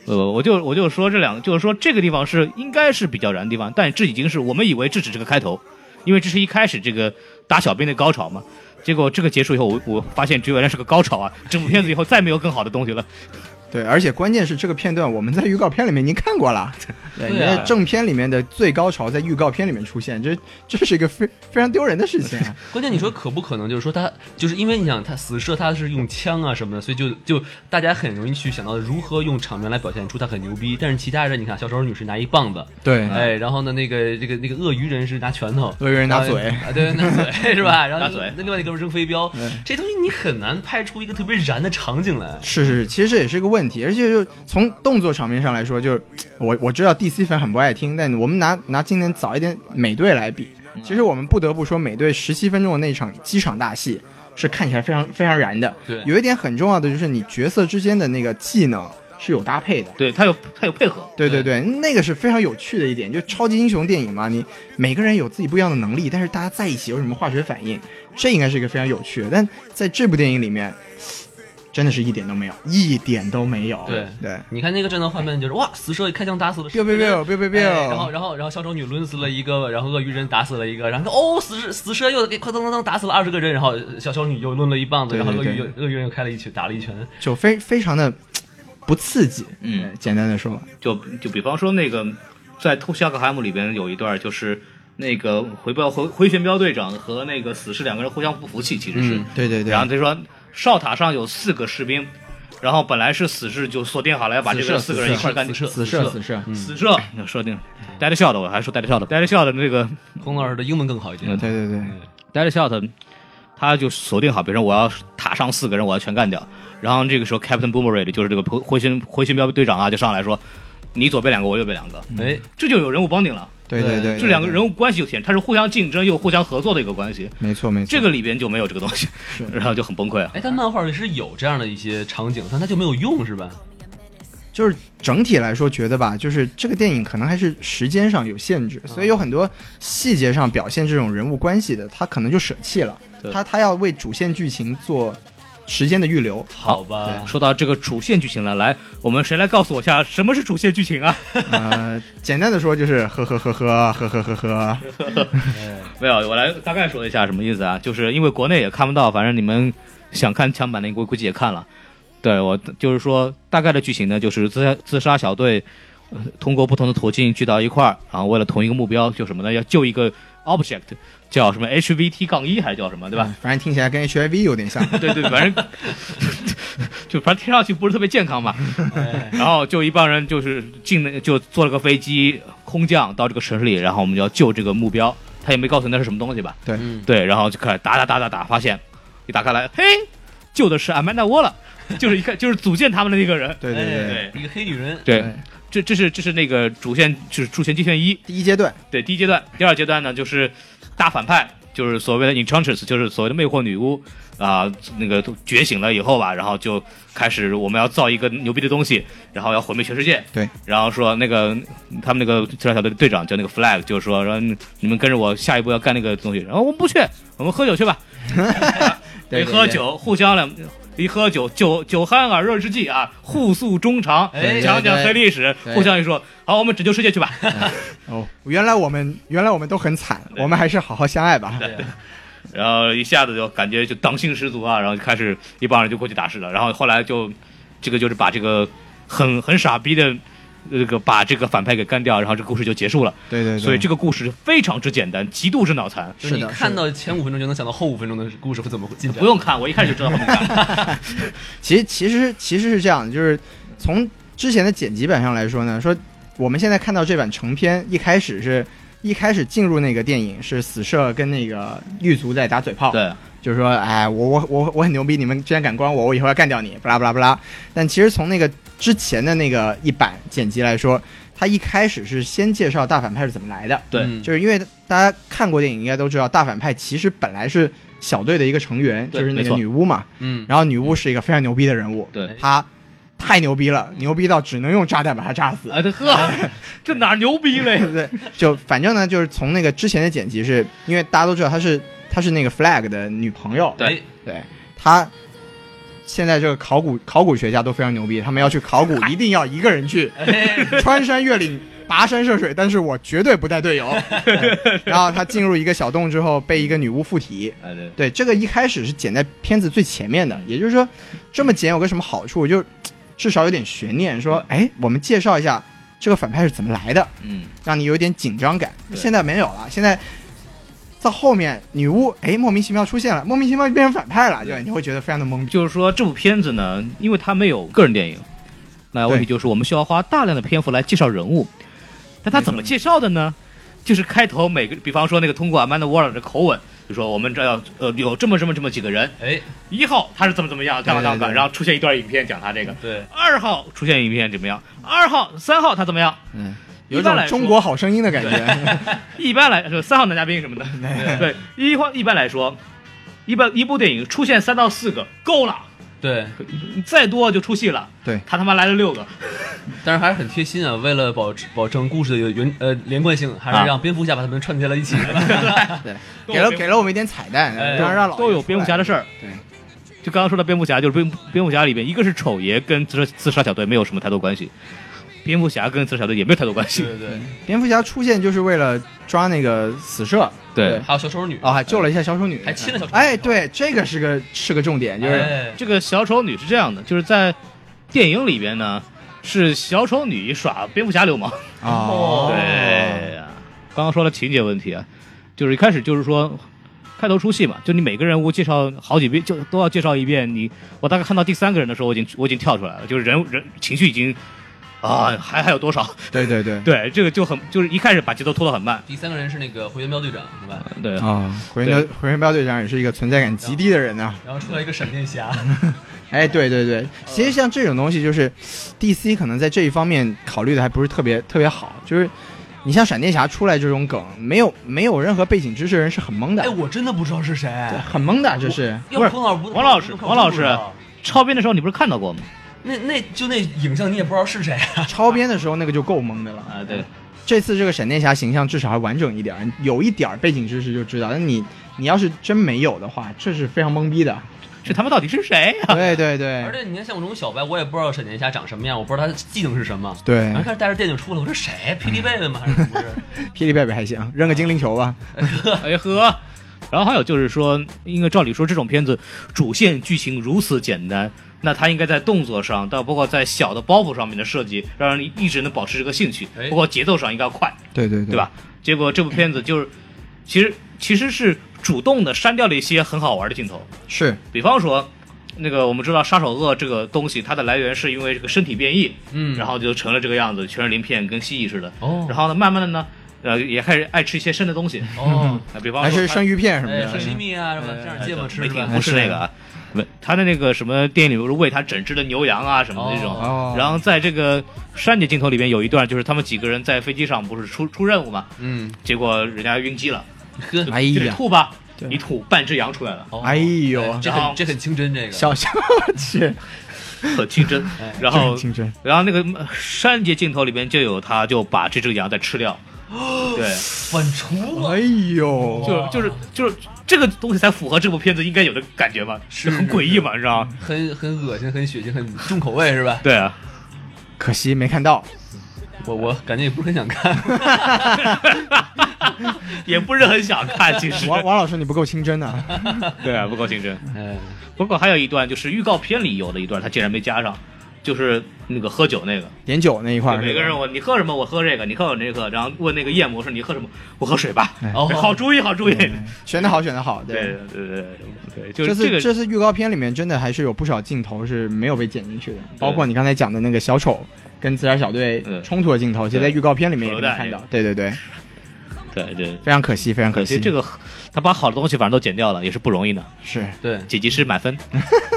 B: 呃，我就我就说这两个，就是说这个地方是应该是比较燃的地方，但这已经是我们以为这只是个开头，因为这是一开始这个打小兵的高潮嘛。结果这个结束以后，我我发现这原来是个高潮啊！整部片子以后再没有更好的东西了。
E: 对，而且关键是这个片段我们在预告片里面已经看过了， (laughs) 对，你
C: 对啊
E: 在正片里面的最高潮在预告片里面出现，这这是一个非非常丢人的事情啊。
C: 关键你说可不可能？就是说他就是因为你想他死射他是用枪啊什么的，所以就就大家很容易去想到如何用场面来表现出他很牛逼。但是其他人你看，小丑女是拿一棒子，
E: 对
C: 哎，然后呢那个这个那个鳄鱼人是拿拳头，
E: 鳄鱼人拿嗯嘴
C: 啊对拿嘴是吧？然后
B: 拿嘴
C: 那另外一个扔飞镖，
E: 嗯
C: 这东西你很难拍出一个特别燃的场景来。
E: (laughs) 是是，是，其实这也是一个问题，而且就从动作场面上来说，就是我我知道 DC 粉很不爱听，但我们拿拿今年早一点美队来比，其实我们不得不说美队十七分钟的那场机场大戏是看起来非常非常燃的。
C: 对
E: 有一点很重要的就是你角色之间的那个技能是有搭配的。
B: 对他有他有配合，
E: 对对对，那个是非常有趣的一点，就超级英雄电影嘛，你每个人有自己不一样的能力，但是大家在一起有什么化学反应，这应该是一个非常有趣的。但在这部电影里面，真的是一点都没有，一点都没有。
C: 对
E: 对
C: 你看那个战斗画面，就是哇，死射开枪打死了
E: ，biu biu biu biu biu
C: 哎然后
E: biu，
C: 然后然后小丑女抡死了一个，然后鳄鱼人打死了一个，然后哦死蛇死蛇又给快噔噔噔打死了二十个人，然后小丑女又抡了一棒子，
E: 对
C: 然
E: 对
C: 后鳄鱼
E: 对
C: 又鳄鱼人又开了一拳打了一拳，
E: 就非非常的不刺激。
B: 嗯
E: 对，简单的说，
B: 就就比方说那个在《偷夏克海姆》里边有一段就是。那个回标回回旋镖队长和那个死士两个人互相不服气，其实是、
C: 嗯
E: 对对对
B: 然后他说哨塔上有四个士兵，然后本来是死士就锁定好了要把这个
C: 死
B: 四
C: 射
B: 个人一
C: 死
B: 块
C: 射
B: 干掉，
C: 死嗯
E: 射
C: 射
E: 死射，
B: 死射有设定，带着笑的，我还说带着笑的，带着笑的那个
C: 红老师的英文更好一点
B: 嗯，
E: 对对对，
B: 带着笑的，他就锁定好，比如说我要塔上四个人，我要全干掉。然后这个时候 Captain Boomerang 就是这个回回旋回旋镖队长啊，就上来说，你左边两个，我右边两个，
C: 哎，
B: 这就有人物绑定了。
E: 对对对，
B: 这两个
E: 对，
B: 人物关系有显，它是互相竞争又互相合作的一个关系。
E: 没错没错，
B: 这个里边就没有这个东西，然后就很崩溃啊。
C: 哎，但漫画里是有这样的一些场景，但它就没有用是吧？
E: 哦就是整体来说，觉得吧，就是这个电影可能还是时间上有限
B: 嗯
E: 制，所以有很多细节上表现这种人物关系的，他可能就舍弃了
B: 对，
E: 他他要为主线剧情做时间的预留。
C: 好吧，
B: 说到这个主线剧情了，来，我们谁来告诉我一下什么是主线剧情啊？
E: 呃，简单的说就是呵呵呵呵呵呵呵呵，
B: 没有，我来大概说一下什么意思啊？就是因为国内也看不到，反正你们想看枪版的，估估计也看了。对我就是说，大概的剧情呢，就是自杀自杀小队、呃通过不同的途径聚到一块儿，然后为了同一个目标，就什么呢？要救一个 object，叫什么 HVT 杠一还是叫什么，对吧？
E: 反正听起来跟 HIV 有点
B: (laughs)
E: 像。
B: 对对，反正就反正听上去不是特别健康嘛。
C: 哎
B: 然后就一帮人就是进那就坐了个飞机空降到这个城市里，然后我们就要救这个目标。他也没告诉你那是什么东西吧？
E: 对
C: 嗯
B: 对，然后就开始打打打打打，发现一打开来，嘿，救的是阿曼达沃了，就是一看就是组建他们的那个人。
E: 对对对，
C: 哎，一个黑女人，
B: 对
E: 对，
B: 这这是这是那个主线就是主线机选一，
E: 第一阶段，
B: 对，第一阶段，第二阶段呢就是大反派，就是所谓的 enchantress，就是所谓的魅惑女巫啊、那个都觉醒了以后吧，然后就开始我们要造一个牛逼的东西，然后要毁灭全世界。
E: 对，
B: 然后说那个他们那个自杀小队的队长叫那个 flag，就是说说你们跟着我下一步要干那个东西，然后我们不去，我们喝酒去吧。
E: (laughs) 对
B: 一
E: 对
B: 喝
E: 对
B: 酒，互相两。一喝酒，酒酒酣耳热之际啊，互诉衷肠，
C: 哎
B: 讲讲
E: 对
B: 黑历史，
E: 对
B: 互相一说，好，我们拯救世界去吧。
E: 哦，原来我们原来我们都很惨，我们还是好好相爱吧。
C: 对
B: 然后一下子就感觉就党性十足啊，然后就开始一帮人就过去打事了。然后后来就这个就是把这个很很傻逼的呃这个把这个反派给干掉，然后这个故事就结束了。
E: 对对对，
B: 所以这个故事非常之简单，极度之脑残。 (laughs)
C: 就是
E: 是
C: 你
E: 的
C: 看到前五分钟就能想到后五分钟的故事会怎么进展，
B: 不用看，我一开始就知道后面干。
E: 其实其实其实是这样，就是从之前的剪辑版上来说呢，说我们现在看到这版成片一开始是。一开始进入那个电影是死射跟那个狱卒在打嘴炮，
B: 对，
E: 就是说，哎，我我我我很牛逼，你们居然敢关我，我以后要干掉你，不啦不啦不啦。但其实从那个之前的那个一版剪辑来说，它一开始是先介绍大反派是怎么来的，
B: 对
C: 嗯
E: 就是因为大家看过电影应该都知道，大反派其实本来是小队的一个成员，
B: 对
E: 就是那
B: 没
E: 个
B: 错
E: 女巫嘛，
C: 嗯，
E: 然后女巫是一个非常牛逼的人物，
B: 对
E: 她太牛逼了，牛逼到只能用炸弹把她炸死。
B: 啊，这呵， (laughs) 这
E: (laughs)
B: 哪儿牛逼嘞？
E: 对，就反正呢，就是从那个之前的剪辑是，因为大家都知道她是她是那个 Flag 的女朋友，
C: 对，
E: 对她现在这个考古考古学家都非常牛逼，他们要去考古，一定要一个人去， (laughs) 穿山越岭。跋山涉水，但是我绝对不带队友。对然后她进入一个小洞之后，被一个女巫附体，
C: 哎对，
E: 对，这个一开始是剪在片子最前面的，也就是说，这么剪有个什么好处？就至少有点悬念，说，哎，我们介绍一下这个反派是怎么来的，
C: 嗯，
E: 让你有点紧张感。
C: 对
E: 现在没有了，现在到后面女巫，哎，莫名其妙出现了，莫名其妙就变成反派了，对，你会觉得非常的懵逼。
B: 就是说这部片子呢，因为它没有个人电影，那问题就是我们需要花大量的篇幅来介绍人物，但他怎么介绍的呢？就是开头每个，比方说那个通过 Amanda Waller 的口吻，就说我们这要呃有这么这么这么几个人，
C: 哎
B: 一号他是怎么怎么样，干嘛干嘛干
E: 对对
B: 嘛，
E: 对
B: 然后出现一段影片讲他这个，
C: 对，
B: 二号出现影片怎么样，二号三号他怎么样，
E: 嗯，有
B: 一
E: 一
B: 般
E: 种
B: 来说
E: 中国好声音的感觉。
B: 一般来说，三号男嘉宾什么的，对，一般一般来说，一般一部电影出现三到四个够了，
C: 对，
B: 你再多就出戏了。
E: 对
B: 他他妈来了六个，
C: 但是还是很贴心啊，为了保持保证故事的原呃连贯性，还
B: 啊
C: 是让蝙蝠侠把他们串接在了一
E: (laughs)
C: 起。
E: 对，
B: 都
E: (laughs) 给
B: 有
E: 了
B: 蝙
E: 给了我们一点彩蛋，
C: 哎
E: 让让老
B: 都有蝙蝠侠的事儿。
E: 对，
B: 就刚刚说到蝙蝠侠，就是蝙蝙蝠侠里边，一个是丑爷跟自杀自杀小队没有什么太多关系，蝙蝠侠跟自杀小队也没有太多关系。
C: 对对
E: 蝙蝠侠出现就是为了抓那个死射，
B: 对
C: 对，还有小丑女
E: 哦，还救了一下小丑女，
C: 还亲了小丑女
E: 哎，对，这个是个是个重点，就是、
C: 哎
B: 这个小丑女是这样的，就是在电影里边呢，是小丑女耍蝙蝠侠流氓。
E: 哦，
B: 对呀、刚刚说了情节问题啊，就是一开始就是说开头出戏嘛，就你每个人物介绍好几遍，就都要介绍一遍。你我大概看到第三个人的时候，我已经我已经跳出来了，就是人人情绪已经啊还还有多少？
E: 对对对
B: 对，这个就很就是一开始把节奏拖得很慢。
C: 第三个人是那个回旋镖队长，是吧？
B: (laughs) 对，
E: 啊，回旋镖回旋镖队长也是一个存在感极低的人呐、
C: 然后出来一个闪电侠，
E: (laughs) 哎，对对对，其实像这种东西，就是，DC 可能在这一方面考虑的还不是特别特别好，就是你像闪电侠出来这种梗，没有没有任何背景知识的人是很懵的，
C: 哎，我真的不知道是谁。
E: 对很懵的，这是。
C: 要
B: 不是
C: 彭老师不，
B: 王老师
C: 不
B: 王老师
C: 不知道
B: 超编的时候你不是看到过吗？
C: 那那就那影像你也不知道是谁啊。
E: 超编的时候那个就够懵
C: (laughs)
E: 的了
B: 啊，对，
E: 这次这个闪电侠形象至少还完整一点儿，有一点儿背景知识就知道。那你你要是真没有的话，这是非常懵逼
C: (laughs)
E: 的。
B: 这他妈到底是谁啊？
E: 对对
C: 而
E: 对
C: 且你看，像我这种小白，我也不知道闪电侠长什么样，我不知道他技能是什么。
E: 对
C: 然后，开始带着电就出来，我说谁？啊霹雳贝贝吗？还是不是？
E: 霹雳贝贝还行，扔个精灵球吧。
B: 哎呵。然后还有就是说，因为照理说这种片子主线剧情如此简单，那它应该在动作上，到包括在小的包袱上面的设计，让人一直能保持这个兴趣
C: 哎。嗯
B: 包括节奏上应该要快，
E: 对对
B: 对吧？结果这部片子就是，其实其实是主动的删掉了一些很好玩的镜头，
E: 是，
B: 比方说。那个我们知道杀手鳄这个东西，它的来源是因为这个身体变异，
C: 嗯
B: 然后就成了这个样子，全是鳞片，跟蜥蜴似的。
C: 哦
B: 然后呢，慢慢的呢，呃，也开始爱吃一些生的东西，
C: 哦，
B: (laughs) 啊，比方
E: 还
B: 说
E: 是
B: 它
E: 生鱼片什么
C: 哎，
E: 的
C: 沙。西米啊什么的，这样芥末吃
B: 没
C: 是
B: 听
C: 吧？
B: 不是那个啊，没他的那个什么电影里面喂他整只的牛羊啊什么的这种。
E: 哦
B: 然后在这个删节镜头里面有一段，就是他们几个人在飞机上不是出出任务嘛，
C: 嗯，
B: 结果人家晕机了，
C: 呵，
E: 哎
B: 就得
E: 呀，
B: 吐吧
E: 对，
B: 一吐半只羊出来了，
C: 哦
E: 哎呦
C: 哎，这
B: 然后
C: 很这很清真，这个
E: 小哦小 (laughs) 去，
B: 很清真。然后
E: 真清真。
B: 然后那个删节镜头里面就有他就把这只羊再吃掉，对，
C: 反刍了
E: 哎。呦，
B: 就就是就是这个东西才符合这部片子应该有的感觉嘛，是很诡异嘛，你知道吗？
C: 很很恶心，很血腥，很重口味是吧？
B: 对啊，
E: 可惜没看到。
C: 我我感觉也不是很想看。
B: (laughs) 也不是很想看，其实。
E: (laughs) 王王老师，你不够清真呐、 (laughs)
B: 对啊，不够清真。
C: 哎，
B: 不过还有一段就是预告片里有的一段，他竟然没加上，就是那个喝酒那个，
E: 点酒那一块儿
B: 就
E: 那个，
B: 每个人我你喝什么我喝这个，你喝我这个，然后问那个夜魔说你喝什么，我喝水吧。
E: 哎
C: 哦
B: 好主意，好主意。
E: (laughs) 选的好，选的好。
B: 对对对对对，就
E: 嗯这
B: 是
E: 次
B: 这个
E: 这次预告片里面真的还是有不少镜头是没有被剪进去的，包括你刚才讲的那个小丑跟自杀小队
B: 嗯
E: 冲突的镜头，其实在
B: 对
E: 预告片里面也
B: 手
E: 能
B: 榴弹
E: 看到
B: 那个。
E: 对对对，
B: 对对。
E: 非常可惜，非常
B: 可
E: 惜。
B: 惜这个他把好的东西反正都剪掉了，也是不容易的。
E: 是
C: (laughs) 对，
B: 剪辑师满分，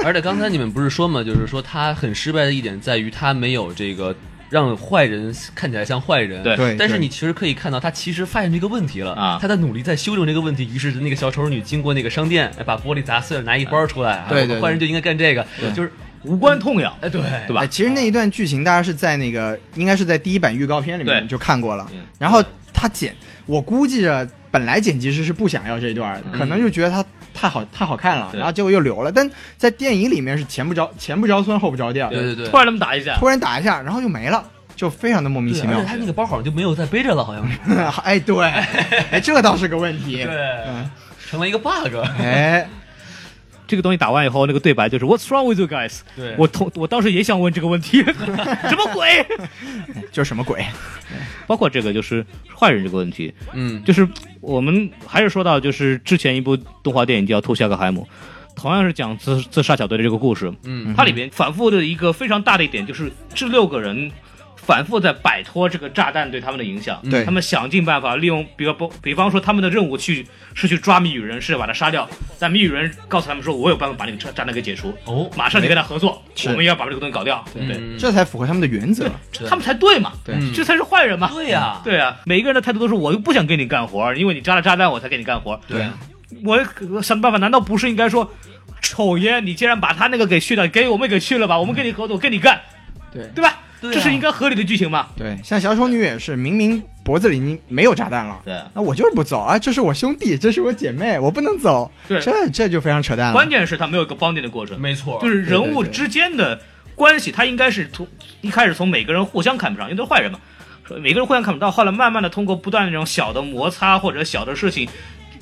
C: 而且刚才你们不是说嘛，就是说他很失败的一点在于他没有这个让坏人看起来像坏人。
B: 对
E: 对
C: 但是你其实可以看到，他其实发现这个问题了
B: 啊
C: 他在努力在修正这个问题。于是那个小丑女经过那个商店，哎把玻璃砸碎了，拿一包出来。啊
E: 对对
C: 我们坏人就应该干这个，就是
B: 无关痛痒，
C: 哎，对
B: 对吧
E: 哎，其实那一段剧情大家是在那个应该是在第一版预告片里
B: 对
E: 面就看过了
B: 嗯，
E: 然后他剪，我估计着本来剪辑师是不想要这段的，可能就觉得他太好太好看了，
C: 嗯对
E: 然后结果又留了。但在电影里面是前不着前不着村后不着店，
C: 对对对
F: 突。然那么打一架，
E: 突然打一下，然后就没了，就非常的莫名
C: 对，
E: 其
C: 而
E: 妙
C: 且。他那个包好像就没有再背着了，好像是。
E: (laughs)
C: (laughs)
E: 哎，对，哎，这倒是个问题。嗯
C: 对，成了一个 bug。
E: 哎，
B: 这个东西打完以后，那个对白就是 What's wrong with you guys？
C: 对
B: 我同我当时也想问这个问题， (laughs) 什么鬼？
E: 就什么鬼？
B: 包括这个就是坏人这个问题，
C: 嗯，
B: 就是我们还是说到就是之前一部动画电影叫《偷夏克海姆》。同样是讲自自杀小队的这个故事，
C: 嗯，
B: 它里边反复的一个非常大的一点就是这六个人反复在摆脱这个炸弹对他们的影响，
E: 对
B: 他们想尽办法利用，比如不比方说他们的任务去是去抓谜语人，是把他杀掉，但谜语人告诉他们说，我有办法把那个炸炸弹给解除，
C: 哦，
B: 马上就跟他合作，
E: 是
B: 我们要把这个东西搞掉，对不对？
C: 嗯
E: 这才符合他们的原则。
B: 他们才对嘛，
E: 对
B: 这才是坏人嘛。
C: 对呀，
B: 对啊，每个人的态度都是我又不想跟你干活儿，因为你扎了炸弹我才给你干活儿。
C: 对，
B: 我我想办法，难道不是应该说，丑爷，你既然把他那个给去了，给我们给去了吧，我们跟你合作，我跟你干，
E: 对
B: 对吧？
C: 对啊
B: 这是应该合理的剧情嘛？
E: 对，像小丑女也是，明明脖子里已经没有炸弹了，
B: 对
E: 那我就是不走啊，这是我兄弟，这是我姐妹，我不能走。
B: 对
E: 这这就非常扯淡了。
B: 关键是他没有一个帮定的过程，
C: 没错，
B: 就是人物
E: 对对对
B: 之间的关系，他应该是从一开始从每个人互相看不上，因为都是坏人嘛，每个人互相看不到，后来慢慢的通过不断的这种小的摩擦或者小的事情，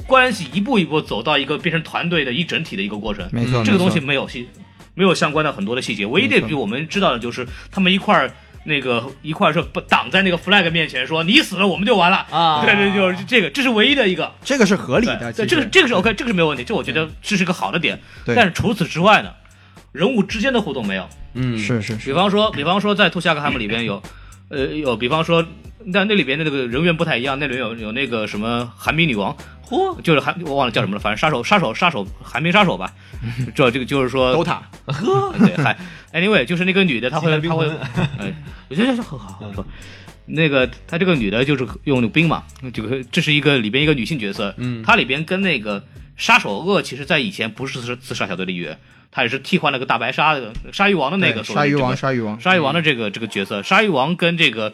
B: 关系一步一步走到一个变成团队的一整体的一个过程。
E: 嗯没
B: 嗯
E: 错，
B: 这个
E: 没错
B: 东西没有细，没有相关的很多的细节，唯一
E: 没
B: 的
E: 错
B: 比我们知道的就是他们一块儿。那个一块儿是不挡在那个 flag 面前说你死了我们就完了
C: 啊
B: 对对，就是这个，这是唯一的一个
E: 这个是合理的，
B: 对，对这个这个是 OK，这个是没有问题，这我觉得这是个好的点。
E: 嗯对
B: 但是除此之外呢，人物之间的互动没有。
C: 嗯，
E: 是是是，
B: 比方说，比方说在《兔夏克汉姆》里边有，呃，有比方说，但那里边的那个人员不太一样，那里有有那个什么寒冰女王，嚯，就是寒我忘了叫什么了，反正杀手杀手杀手寒冰杀手
E: (laughs)
B: 吧，这这个就是说
E: 都塔
B: 呵， (laughs) 对，嗨，anyway，就是那个女的，她会，她会， (laughs) 哎，我觉得这很
E: 嗯
B: 好，说。那个，她这个女的就是用那个冰嘛，这个这是一个里边一个女性角色，嗯，她里边跟那个杀手鳄，其实在以前不是自自杀小队的一员，她也是替换了个大白鲨的鲨鱼王的那个
E: 对
B: 手
E: 鲨
B: 里
E: 鱼
B: 这个
E: 王，鲨鱼王，
B: 鲨鱼王的这个这个角色，鲨鱼王跟这个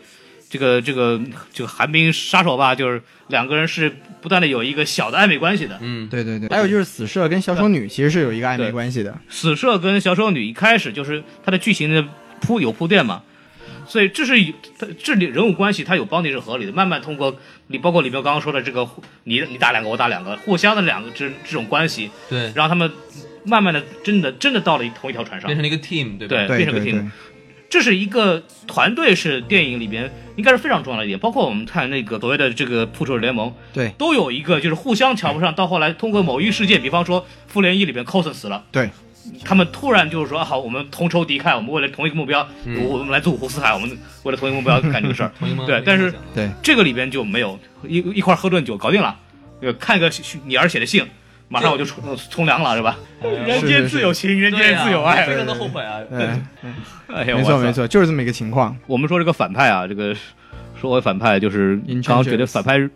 B: 这个这个这个寒冰杀手吧，就是两个人是不断的有一个小的暧昧关系的，
E: 对对对。还有就是死射跟小丑女其实是有一个暧昧
B: 对
E: 关系的，
B: 死射跟小丑女一开始就是它的剧情的铺有铺垫嘛，所以这是有它这里人物关系它有帮你是合理的，慢慢通过你包括里面刚刚说的这个互你你打两个我打两个，互相的两个这这种关系，
C: 对，
B: 让他们慢慢的真的真的到了同一条船上
C: 变，成了一个 team，对吧？
B: 对，
E: 对
B: 变成
E: 对
B: 个
E: 对
B: team，，这是一个团队是电影里边应该是非常重要的一点，包括我们看那个所谓的这个复仇者联盟，
E: 对
B: 都有一个就是互相瞧不上，到后来通过某一事件，比方说复联一里边 Coulson 死了，
E: 对，
B: 他们突然就是说啊好，我们同仇敌忾，我们为了同一个目标，
E: 嗯
B: 我我们来自五湖四海，我们为了同一个目标干这个事
E: (laughs)
B: 儿
C: 同意吗，
B: 对，但是
E: 对
B: 这个里边就没有一一块儿喝顿酒搞定了，就看个你儿写的信，马上我就冲呃冲凉了是吧？人间自有情，
C: (laughs)
B: 人
C: 对
B: 间
C: 呀
B: 自有爱，
C: 非常的后悔啊。
E: 哎
B: 哎呀，
E: 没
B: 我
E: 错
B: 操
E: 没错，就是这么一个情况。
B: 我们说这个反派啊，这个说回反派，就是刚
E: Injustice
B: 刚觉得反派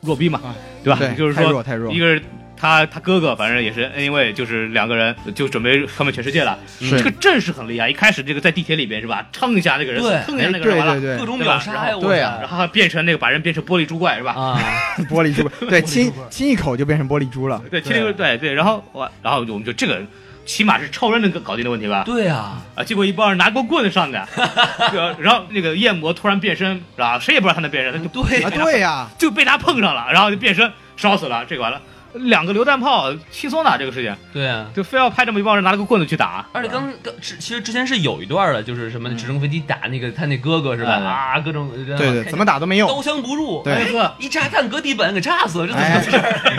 B: 弱逼嘛，对吧？
E: 啊对，
B: 就是
E: 太弱
B: 说，
E: 太弱
B: 一。个是他他哥哥，反正也是 anyway，就是两个人就准备看遍全世界了。
E: 是
B: 这个阵势很厉害，一开始这个在地铁里边是吧，蹭一下那个人
C: 对，
B: 蹭一下
E: 哎，
B: 那
E: 对
B: 个人完了，
E: 对对
C: 各，种秒杀呀，我
E: 对
C: 啊
E: 啊
B: 然后变成那个把人变成玻璃珠怪是吧？
C: 啊，
E: (laughs) 玻璃珠，对，亲亲一口就变成玻璃珠了。
B: 对，其实对对，然后我然后我们就这个。起码是超人能搞定的问题吧？
C: 对啊，
B: 啊，结果一帮人拿根棍子上 (laughs) 的，对啊然后那个夜魔突然变身，啊，谁也不知道他能变身，他就
C: 对
E: 啊，对呀，
B: (laughs) 就被他碰上了，然后就变身烧死了，这个完了。两个榴弹炮轻松打这个事情，
C: 对啊。
B: 就非要派这么一帮人拿了个棍子去打，
C: 而且刚刚之其实之前是有一段的，就是什么直升飞机打那个他那哥哥是吧？
B: 嗯
C: 啊，各种对
E: 对对，怎么打都没用，
C: 刀枪不入，
E: 对哎
C: 哎一炸弹隔地板给炸死了，这怎 (laughs) 么回事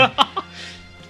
C: 儿？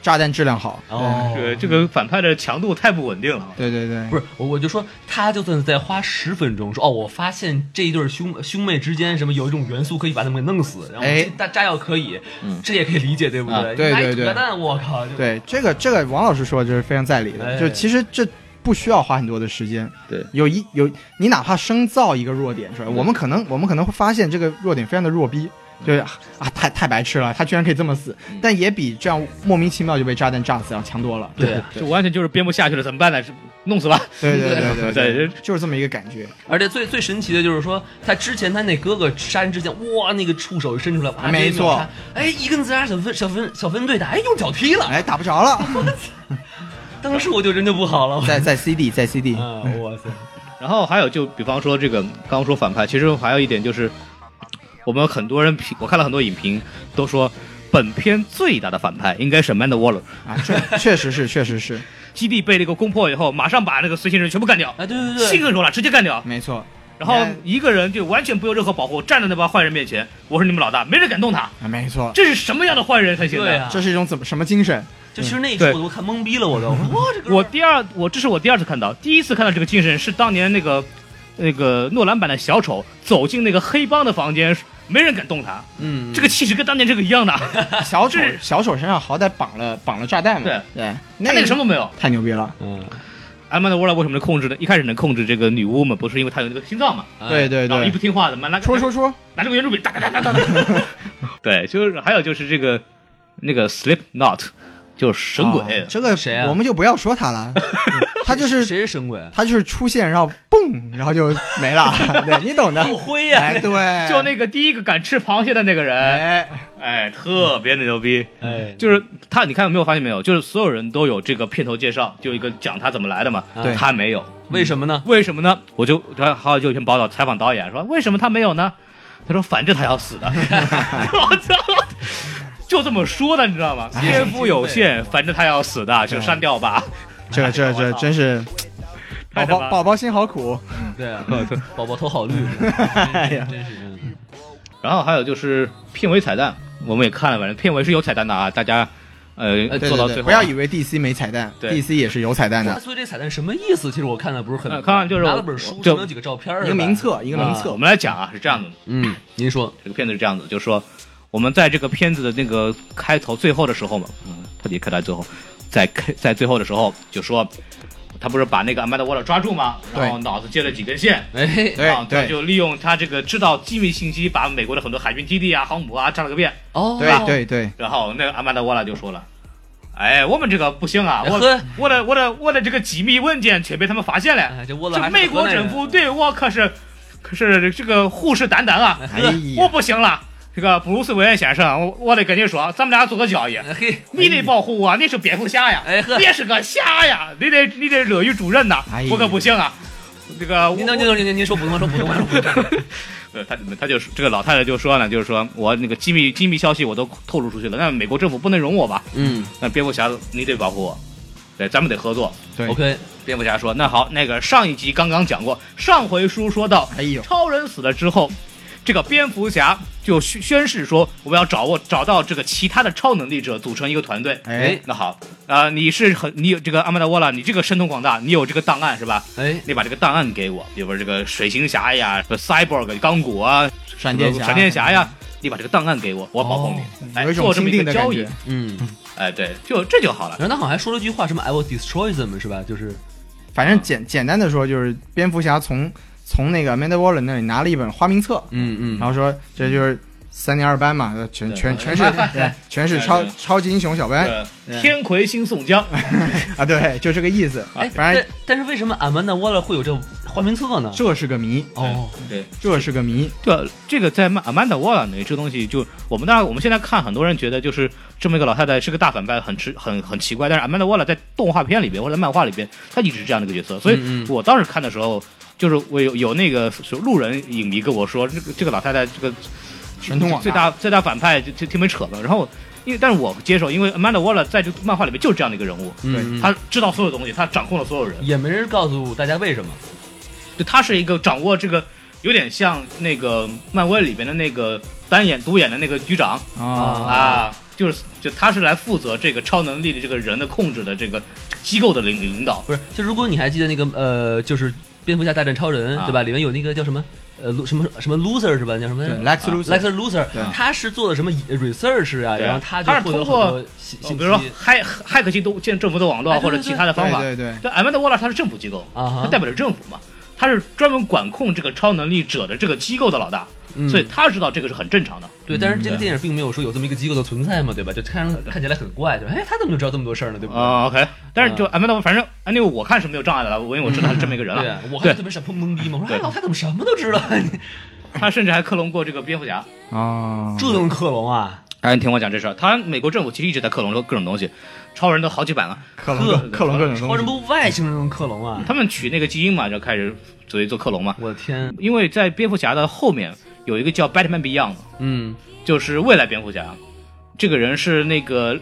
E: 炸弹质量好。
C: 哦
B: 这个这个反派的强度太不稳定了。
E: 对对对，
C: 不是我，我就说他就算再花十分钟，说哦，我发现这一对兄兄妹之间什么有一种元素可以把他们给弄死，然后
E: 哎
C: 这大炸药可以，这也可以理解，对不
B: 啊
C: 对？
E: 嗯对
C: 拿一
E: 对对
C: 炸弹，我靠，就
E: 对这个这个王老师说的就是非常在理
C: 哎
E: 的，就其实这不需要花很多的时间。对，有一有你哪怕生造一个弱点出来，我们可能我们可能会发现这个弱点非常的弱逼，
C: 嗯
E: 就是啊太太白痴了，他居然可以这么死，但也比这样莫名其妙就被炸弹炸死要强多了。
C: 对啊
B: 就完全就是编不下去了，怎么办呢？是
C: (laughs)
B: 弄死吧。
E: 对对对对
B: 对，
E: 就是这么一个感觉。
C: 而且最最神奇的就是说，他之前他那哥哥杀人之前，哇，那个触手伸出来，哇，
E: 没
C: 这一
E: 错
C: 秒杀，哎，一跟自杀小分小分小分队打，哎，用脚踢了，
E: 哎，打不着了，
C: (laughs) 当时我就人就不好了，
E: (laughs) 在在 CD 在 CD，
C: 啊，哇塞，
B: 然后还有就比方说这个，刚刚说反派，其实还有一点就是，我们很多人评，我看了很多影评都说，本片最大的反派应该是 Man d Waller。
E: 啊，确确实是确实是，
B: 基地被那个攻破以后，马上把那个随行人全部干掉，
C: 哎，对对哎
B: 信
C: 对，
B: 任说了，直接干掉。
E: 没错。
B: 然后一个人就完全不用任何保护，站在那帮坏人面前，我是你们老大，没人敢动他。
E: 啊，没错，
B: 这是什么样的坏人才行
C: 对
B: 的？
C: 啊，
E: 这是一种怎么什么精神？
C: 就其实那一
B: 对
C: 刻我都看懵逼了，我都，我说哇，这个
B: 我第二，我这是我第二次看到，第一次看到这个精神是当年那个那个诺兰版的小丑走进那个黑帮的房间，没人敢动他，
C: 嗯，
B: 这个气质跟当年这个一样的。
E: 小丑
B: 是
E: 小丑身上好歹绑了绑了炸弹嘛，
B: 对
E: 对，
B: 他那个什么都没有。哎
E: 太牛逼了，
C: 嗯，
B: 阿曼达·沃拉为什么能控制呢？一开始能控制这个女巫嘛，不是因为她有那个心脏嘛？
C: 哎
E: 对对
B: 然后啊一
E: 对
B: 不，听话怎么拿
E: 戳戳戳，
B: 拿这个圆珠笔哒哒哒哒哒
E: (laughs)
B: 哒。对，就是还有就是这个那个 Slip Knot，就是神
E: 哦
B: 鬼。嗯
E: 这个
C: 谁啊
E: 我们就不要说他
B: (laughs)
E: 了，他就是
C: 谁是神鬼？
E: 他就是出现，然后嘣，然后就没
B: (laughs)
E: 了，对你懂的，
C: 不灰呀，
E: 哎，对，
B: 啊就那个第一个敢吃螃蟹的那个人，
E: 哎，
B: 哎，特别的牛逼。
C: 哎，
B: 就是他，你看有没有发现没有？就是所有人都有这个片头介绍，就一个讲他怎么来的嘛。
C: 啊
E: 对
B: 他没有，
C: 为什么呢？
B: 为什么呢？我就还好就有一篇报道采访导演说，为什么他没有呢？他说反正他要死的， (laughs) 我操，就这么说的，你知
C: (laughs)
B: 道吗？篇幅有限，反正他要死
C: 哎
B: 的，就删掉吧。
E: 这这这真是。宝
B: 哎太他妈
E: 宝宝宝心好苦，
C: 对啊，宝宝头好绿，真真是真是，
B: 然后还有就是片尾彩蛋，我们也看了，反正片尾是有彩蛋的啊，大家呃
C: 对
E: 对
B: 做到
E: 对
B: 最后
E: 对
B: 啊
E: 不要以为 DC 没彩蛋
B: 对
E: ，DC 也是有彩蛋
C: 哇，
E: 的，
C: 所以这彩蛋什么意思？其实我看的不是很
B: 呃，看完就是
C: 拿了本书，
B: 就
C: 上
B: 啊
C: 面有几个照片儿
E: 一个
C: 吧
E: 名，册，一个名
B: 我
E: 册，
B: 们来讲啊，是这样的，
C: 嗯，您说，
B: 这个片子是这样子，就是说我们在这个片子的那个开头最后的时候嘛，嗯，特别开头最后，在开在最后的时候就说，他不是把那个 Amanda Waller 抓住吗？
E: 对
B: 然后脑子接了几根线。
C: 哎，
B: 然后他
E: 对对
B: 啊就利用他这个知道机密信息，把美国的很多海军基地啊、航母啊炸了个遍。
C: 哦，
E: 对对对，
B: 然后那个阿曼达·沃拉就说了：“哎，我们这个不行啊，我
C: 呵
B: 我的我的我的这个机密文件全被他们发现了，
C: 哎，这窝子
B: 这
C: 还
B: 美国政府对我可是可是这个虎视眈眈啊，
E: 哎
B: 我
E: 呀，
B: 不行了。”这个布鲁斯·韦恩先生，我我得跟你说，咱们俩做个交易，
C: (laughs) 嘿，
B: 你得保护我，你是蝙蝠侠呀，
C: 哎呵
B: 你也是个侠呀，你得你得乐于助人呐
E: 哎，
B: 我可不行啊。这个我
C: 您等您等您您说普通话，说普通话，说普通话， (laughs)
B: 呃，他他就是这个老太太就说呢，就是说我那个机密机密消息我都透露出去了，那美国政府不能容我吧？
C: 嗯
B: 那蝙蝠侠你得保护我，对，咱们得合作。
E: 对
C: ，OK，
B: 蝙蝠侠说：“那好，那个上一集刚刚讲过，上回书说到，
E: 哎呦，
B: 超人死了之后，这个蝙蝠侠就宣宣誓说，我们要掌握找到这个其他的超能力者，组成一个团队。
E: 哎，
B: 那好，啊，你是很你有这个阿曼达沃拉，你这个神通广大，你有这个档案是吧？
C: 哎，
B: 你把这个档案给我，比如说这个水行侠呀、Cyborg 钢骨啊、
E: 闪电侠，嗯
B: 闪电侠呀，你把这个档案给我，我保护你。哎，
E: 有一种
B: 做这么
E: 钦
B: 一
E: 定
B: 个
E: 的感
B: 交易
E: 觉，，
C: 嗯，
B: 哎，对，就这就好了。
C: 然后他好像还说了一句话，什么 I will destroy them 是吧？就是
E: 反正简简单的说，就是蝙蝠侠从从那个 m a n d a w a l l e r 那里拿了一本花名册，
C: 嗯
E: 然后说这就是三年二班嘛，全全全是对全是
B: 对
E: 超
B: 对
E: 超级英雄小班
B: 哎对呃天魁星宋江，
E: 啊，对，就这个意思。
C: 哎，
E: 反正
C: 但但是为什么 Amanda Waller 会有这花名册呢？
E: 这是个谜，
C: 哦，
E: 这是个谜，
B: 对，这个在曼阿曼达沃尔那这东西就，我们当然我们现在看，很多人觉得就是这么一个老太太是个大反派，很吃很很奇怪。但是阿曼达沃尔在动画片里边或者漫画里边，她一直是这样的一个角色。所以我当时看的时候，就是我有有那个路人影迷跟我说，这个这个老太太这个
E: 神通广
B: 最大最大反派就就挺没扯的。然后因为但是我接受，因为阿曼达沃尔在这个漫画里面就是这样的一个人物，
C: 嗯，
B: 她知道所有东西，她掌控了所有人。
C: 也没人告诉大家为什么。
B: 就他是一个掌握这个，有点像那个漫威里边的那个单眼独眼的那个局长
E: 啊
C: 啊
B: 啊，就是就他是来负责这个超能力的这个人的控制的这个机构的领领导。
C: 不是，就如果你还记得那个呃，就是蝙蝠侠大战超人，
B: 啊
C: 对吧？里面有那个叫什么呃，lu- 什么什么 loser 是吧？叫什么
E: 对，Lex
C: Lex
E: Luthor，
C: Loser，
E: 对
C: 他是做的什么 research 啊？
B: 对啊
C: 然后他就
B: 他是
C: 获得
B: 通
C: 了很
B: 过
C: 多信
B: 哦
C: 信
B: 比如说
C: 息
B: 骇骇客进都建政府的网络
C: 哎对
B: 或者
C: 对
B: 其他的方
E: 对
B: 法。
E: 对对，
B: 对 a m a n d a w a l l 他是政府机构，
C: 啊
B: 他
C: 哈
B: 代表着政府嘛，他是专门管控这个超能力者的这个机构的老大。
C: 嗯
B: 所以他知道这个是很正常的。
C: 对，但是
B: 嗯
C: 这个电影并没有说有这么一个机构的存在嘛，对吧？就看上看起来很怪，就哎，他怎么就知道这么多事儿呢，对不对？
B: 啊、o k 但是就安排到，反正安利我看是没有障碍的了，因为我知道他是这么一个人
C: 对
B: 了
C: 啊。，我还
B: 对
C: 特别想碰懵逼嘛，我说
B: 对嗯
C: 哎，老太怎么什么都知道？ (laughs) 你
B: 他甚至还克隆过这个蝙蝠侠。
E: 啊，
C: 这都能克隆啊？
B: 哎，你听我讲这事儿，他美国政府其实一直在克隆各种东西，超人都好几版了。
E: 克隆各克隆各
B: 嗯
E: 种
C: 超
E: 东
C: 人
E: 西，
C: 不外星人能克隆啊？
B: 他们取那个基因嘛，就开始所以做克隆嘛。
C: 我的天，
B: 因为在蝙蝠侠的后面有一个叫 Batman Beyond，的
C: 嗯
B: 就是未来蝙蝠侠，这个人是那个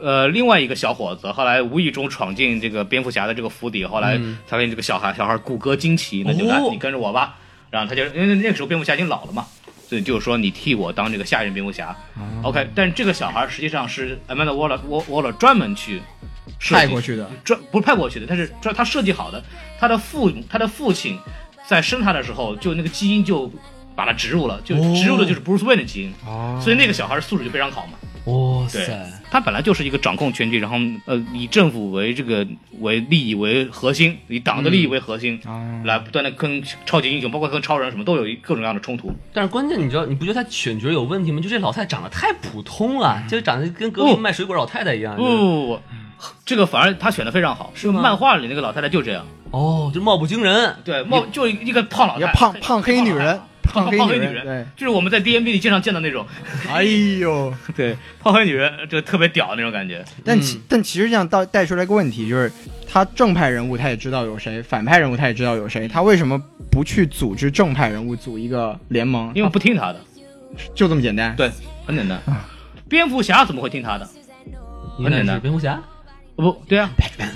B: 呃另外一个小伙子，后来无意中闯进这个蝙蝠侠的这个府邸，后来
C: 嗯
B: 发现这个小孩小孩骨骼惊奇，那就来、
C: 哦
B: 你跟着我吧，然后他就因为那个时候蝙蝠侠已经老了嘛。所以就是说，你替我当这个下一任蝙蝠侠、o
E: 哦
B: k 但是这个小孩实际上是 Amanda Waller Wa- Waller 专门去设计
E: 派过去的
B: 专不是派过去的，他是专他设计好的。他的父母，他的父亲在生他的时候，就那个基因就把他植入了，就植入的就是 Bruce Wayne 的基因，
E: 哦
B: 所以那个小孩素质就非常好嘛。
C: 哇
B: 对
C: 塞，
B: 他本来就是一个掌控全局，然后呃以政府为这个为利益为核心，以党的利益为核心，
E: 哦
B: 来不断的跟超级英雄，包括跟超人什么都有一各种各样的冲突。
C: 但是关键你知道，你不觉得他选角有问题吗？就这老太长得太普通了，就长得跟隔壁
B: 哦
C: 卖水果老太太一
E: 哎
C: 样。
B: 不
C: 就是
B: 不不，哦这个反而他选的非常好，
C: 是吗
B: 漫画里那个老太太就这样，
C: 哦，就貌不惊人。
B: 对，冒就一个胖老
E: 一
B: 太
E: 个
B: 太，
E: 胖胖黑女人，
B: 胖
E: 黑
B: 黑
E: 人，
B: 人，就是我们在 D M B 里经常见到那种，
E: 对，哎呦，
B: 对， (laughs) 胖黑女人就特别屌那种感觉。
E: 但其、但其实这样到带出来一个问题，就是他正派人物他也知道有谁，反派人物他也知道有谁，他为什么不去组织正派人物组一个联盟？
B: 因为不听他的，
E: 就这么简单。
B: 对，很简单。
E: 啊
B: 蝙蝠侠怎么会听他的？
C: 应该
B: 很简
C: 是
B: 单
C: 蝙蝠侠
B: 不对啊，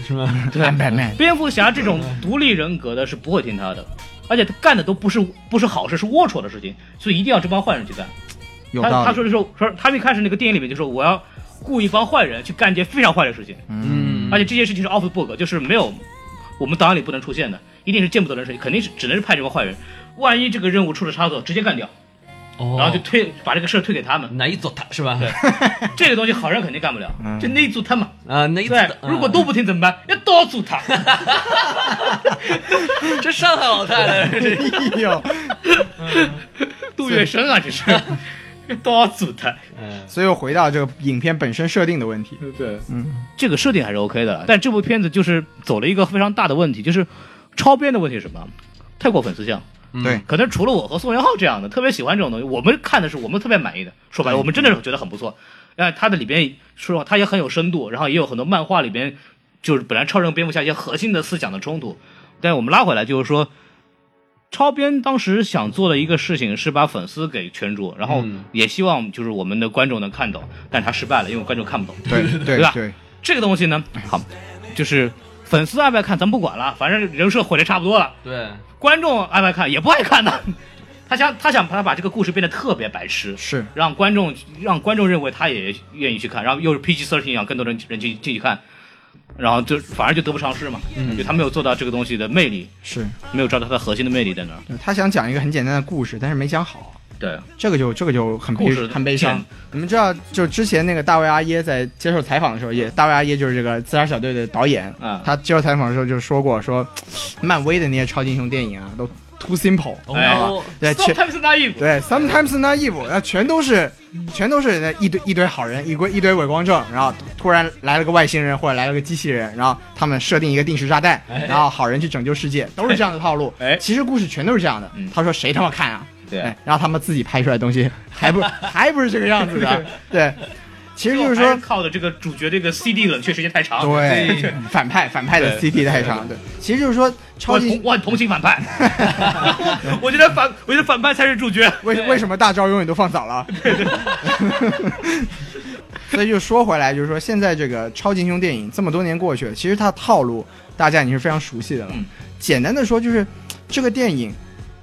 C: 是吧？
E: 对，Batman
B: 蝙蝠侠这
C: (laughs)
B: 种独立人格的是不会听他的，而且他干的都不是不是好事，是龌龊的事情，所以一定要这帮坏人去干。
E: 有
B: 他
E: 道
B: 他
E: 理。
B: 说的时候，说他们一开始那个电影里面就说我要雇一帮坏人去干一件非常坏的事情，
C: 嗯
B: 而且这件事情是 off the book，就是没有我们档案里不能出现的，一定是见不得人的事情，肯定是只能是派这帮坏人。万一这个任务出了差错，直接干掉，
C: 哦，
B: 然后就推把这个事儿推给他们。
E: 嗯
C: 哪一座塔是吧？
B: 这个东西好人肯定干不了，
E: 嗯
B: 就那一组他嘛。
C: 啊，哪一座
B: 对
C: 塔？，
B: 如果都不听怎么办？要刀组他。
C: 嗯这上海老太太，这
E: (laughs) 哎呦，
B: 杜月笙啊，这是要刀组他。
E: 所以又回到这个影片本身设定的问题。
B: 对，嗯，这个设定还是 OK 的，但这部片子就是走了一个非常大的问题，就是超编的问题是什么？太过粉丝向。
E: 对，
B: 可能除了我和宋元浩这样的特别喜欢这种东西，我们看的是我们特别满意的。说白了，我们真的是觉得很不错。但它的里边说实话，它也很有深度，然后也有很多漫画里边就是本来超人跟蝙蝠侠一些核心的思想的冲突。但我们拉回来就是说，超编当时想做的一个事情是把粉丝给圈住，然后也希望就是我们的观众能看懂，但是他失败了，因为观众看不懂。
E: 对对
B: 对吧
E: 对，
B: 这个东西呢，好，就是粉丝爱不爱看咱不管了，反正人设毁的差不多了。
C: 对，
B: 观众爱不爱看也不爱看的。 (laughs) 他想他想把他把这个故事变得特别白痴，
E: 是
B: 让观众让观众认为他也愿意去看，然后又是 PG 1 3让更多人人去进去看，然后就反而就得不偿失嘛。嗯，就他没有做到这个东西的魅力，
E: 是，
B: 没有找到它的核心的魅力在哪儿。
E: 对他想讲一个很简单的故事，但是没讲好。
B: 对，
E: 这个就这个就很悲
B: 故事
E: 很悲伤
B: 片。
E: 你们知道，就之前那个大卫阿耶在接受采访的时候，也大卫阿耶就是这个《自杀小队》的导演，
B: 嗯
E: 他接受采访的时候就说过，说漫威的那些超级英雄电影啊，都 too simple，、
C: 哦，
E: 对，全
B: sometimes naive，
E: 对 sometimes not evil，那全都是全都是那一堆一堆好人，一堆一堆伪光正，然后突然来了个外星人或者来了个机器人，然后他们设定一个定时炸弹，然后好人去拯救世界，都是这样的套路。
B: (laughs) 哎
E: 其实故事全都是这样的
B: 嗯。
E: 他说谁他妈看啊？
B: (laughs) 对
E: 哎，然后他们自己拍出来的东西还不还不是这个
B: (laughs)
E: 样子的，啊对，其实就
B: 还
E: 是说
B: 靠的这个主角这个 CD 冷却时间太长。
E: 对反派反派的 CP 太长，对，其实就是说超
B: 我很
E: 级
B: 同我很同情反
E: (laughs)
B: 派，我觉得反我觉得反派才是主角。
E: 为为什么大招永远都放早了？ (laughs) 所以就说回来，就是说现在这个超级英雄电影这么多年过去了，其实它的套路大家已经是非常熟悉的了。
B: 嗯
E: 简单的说，就是这个电影，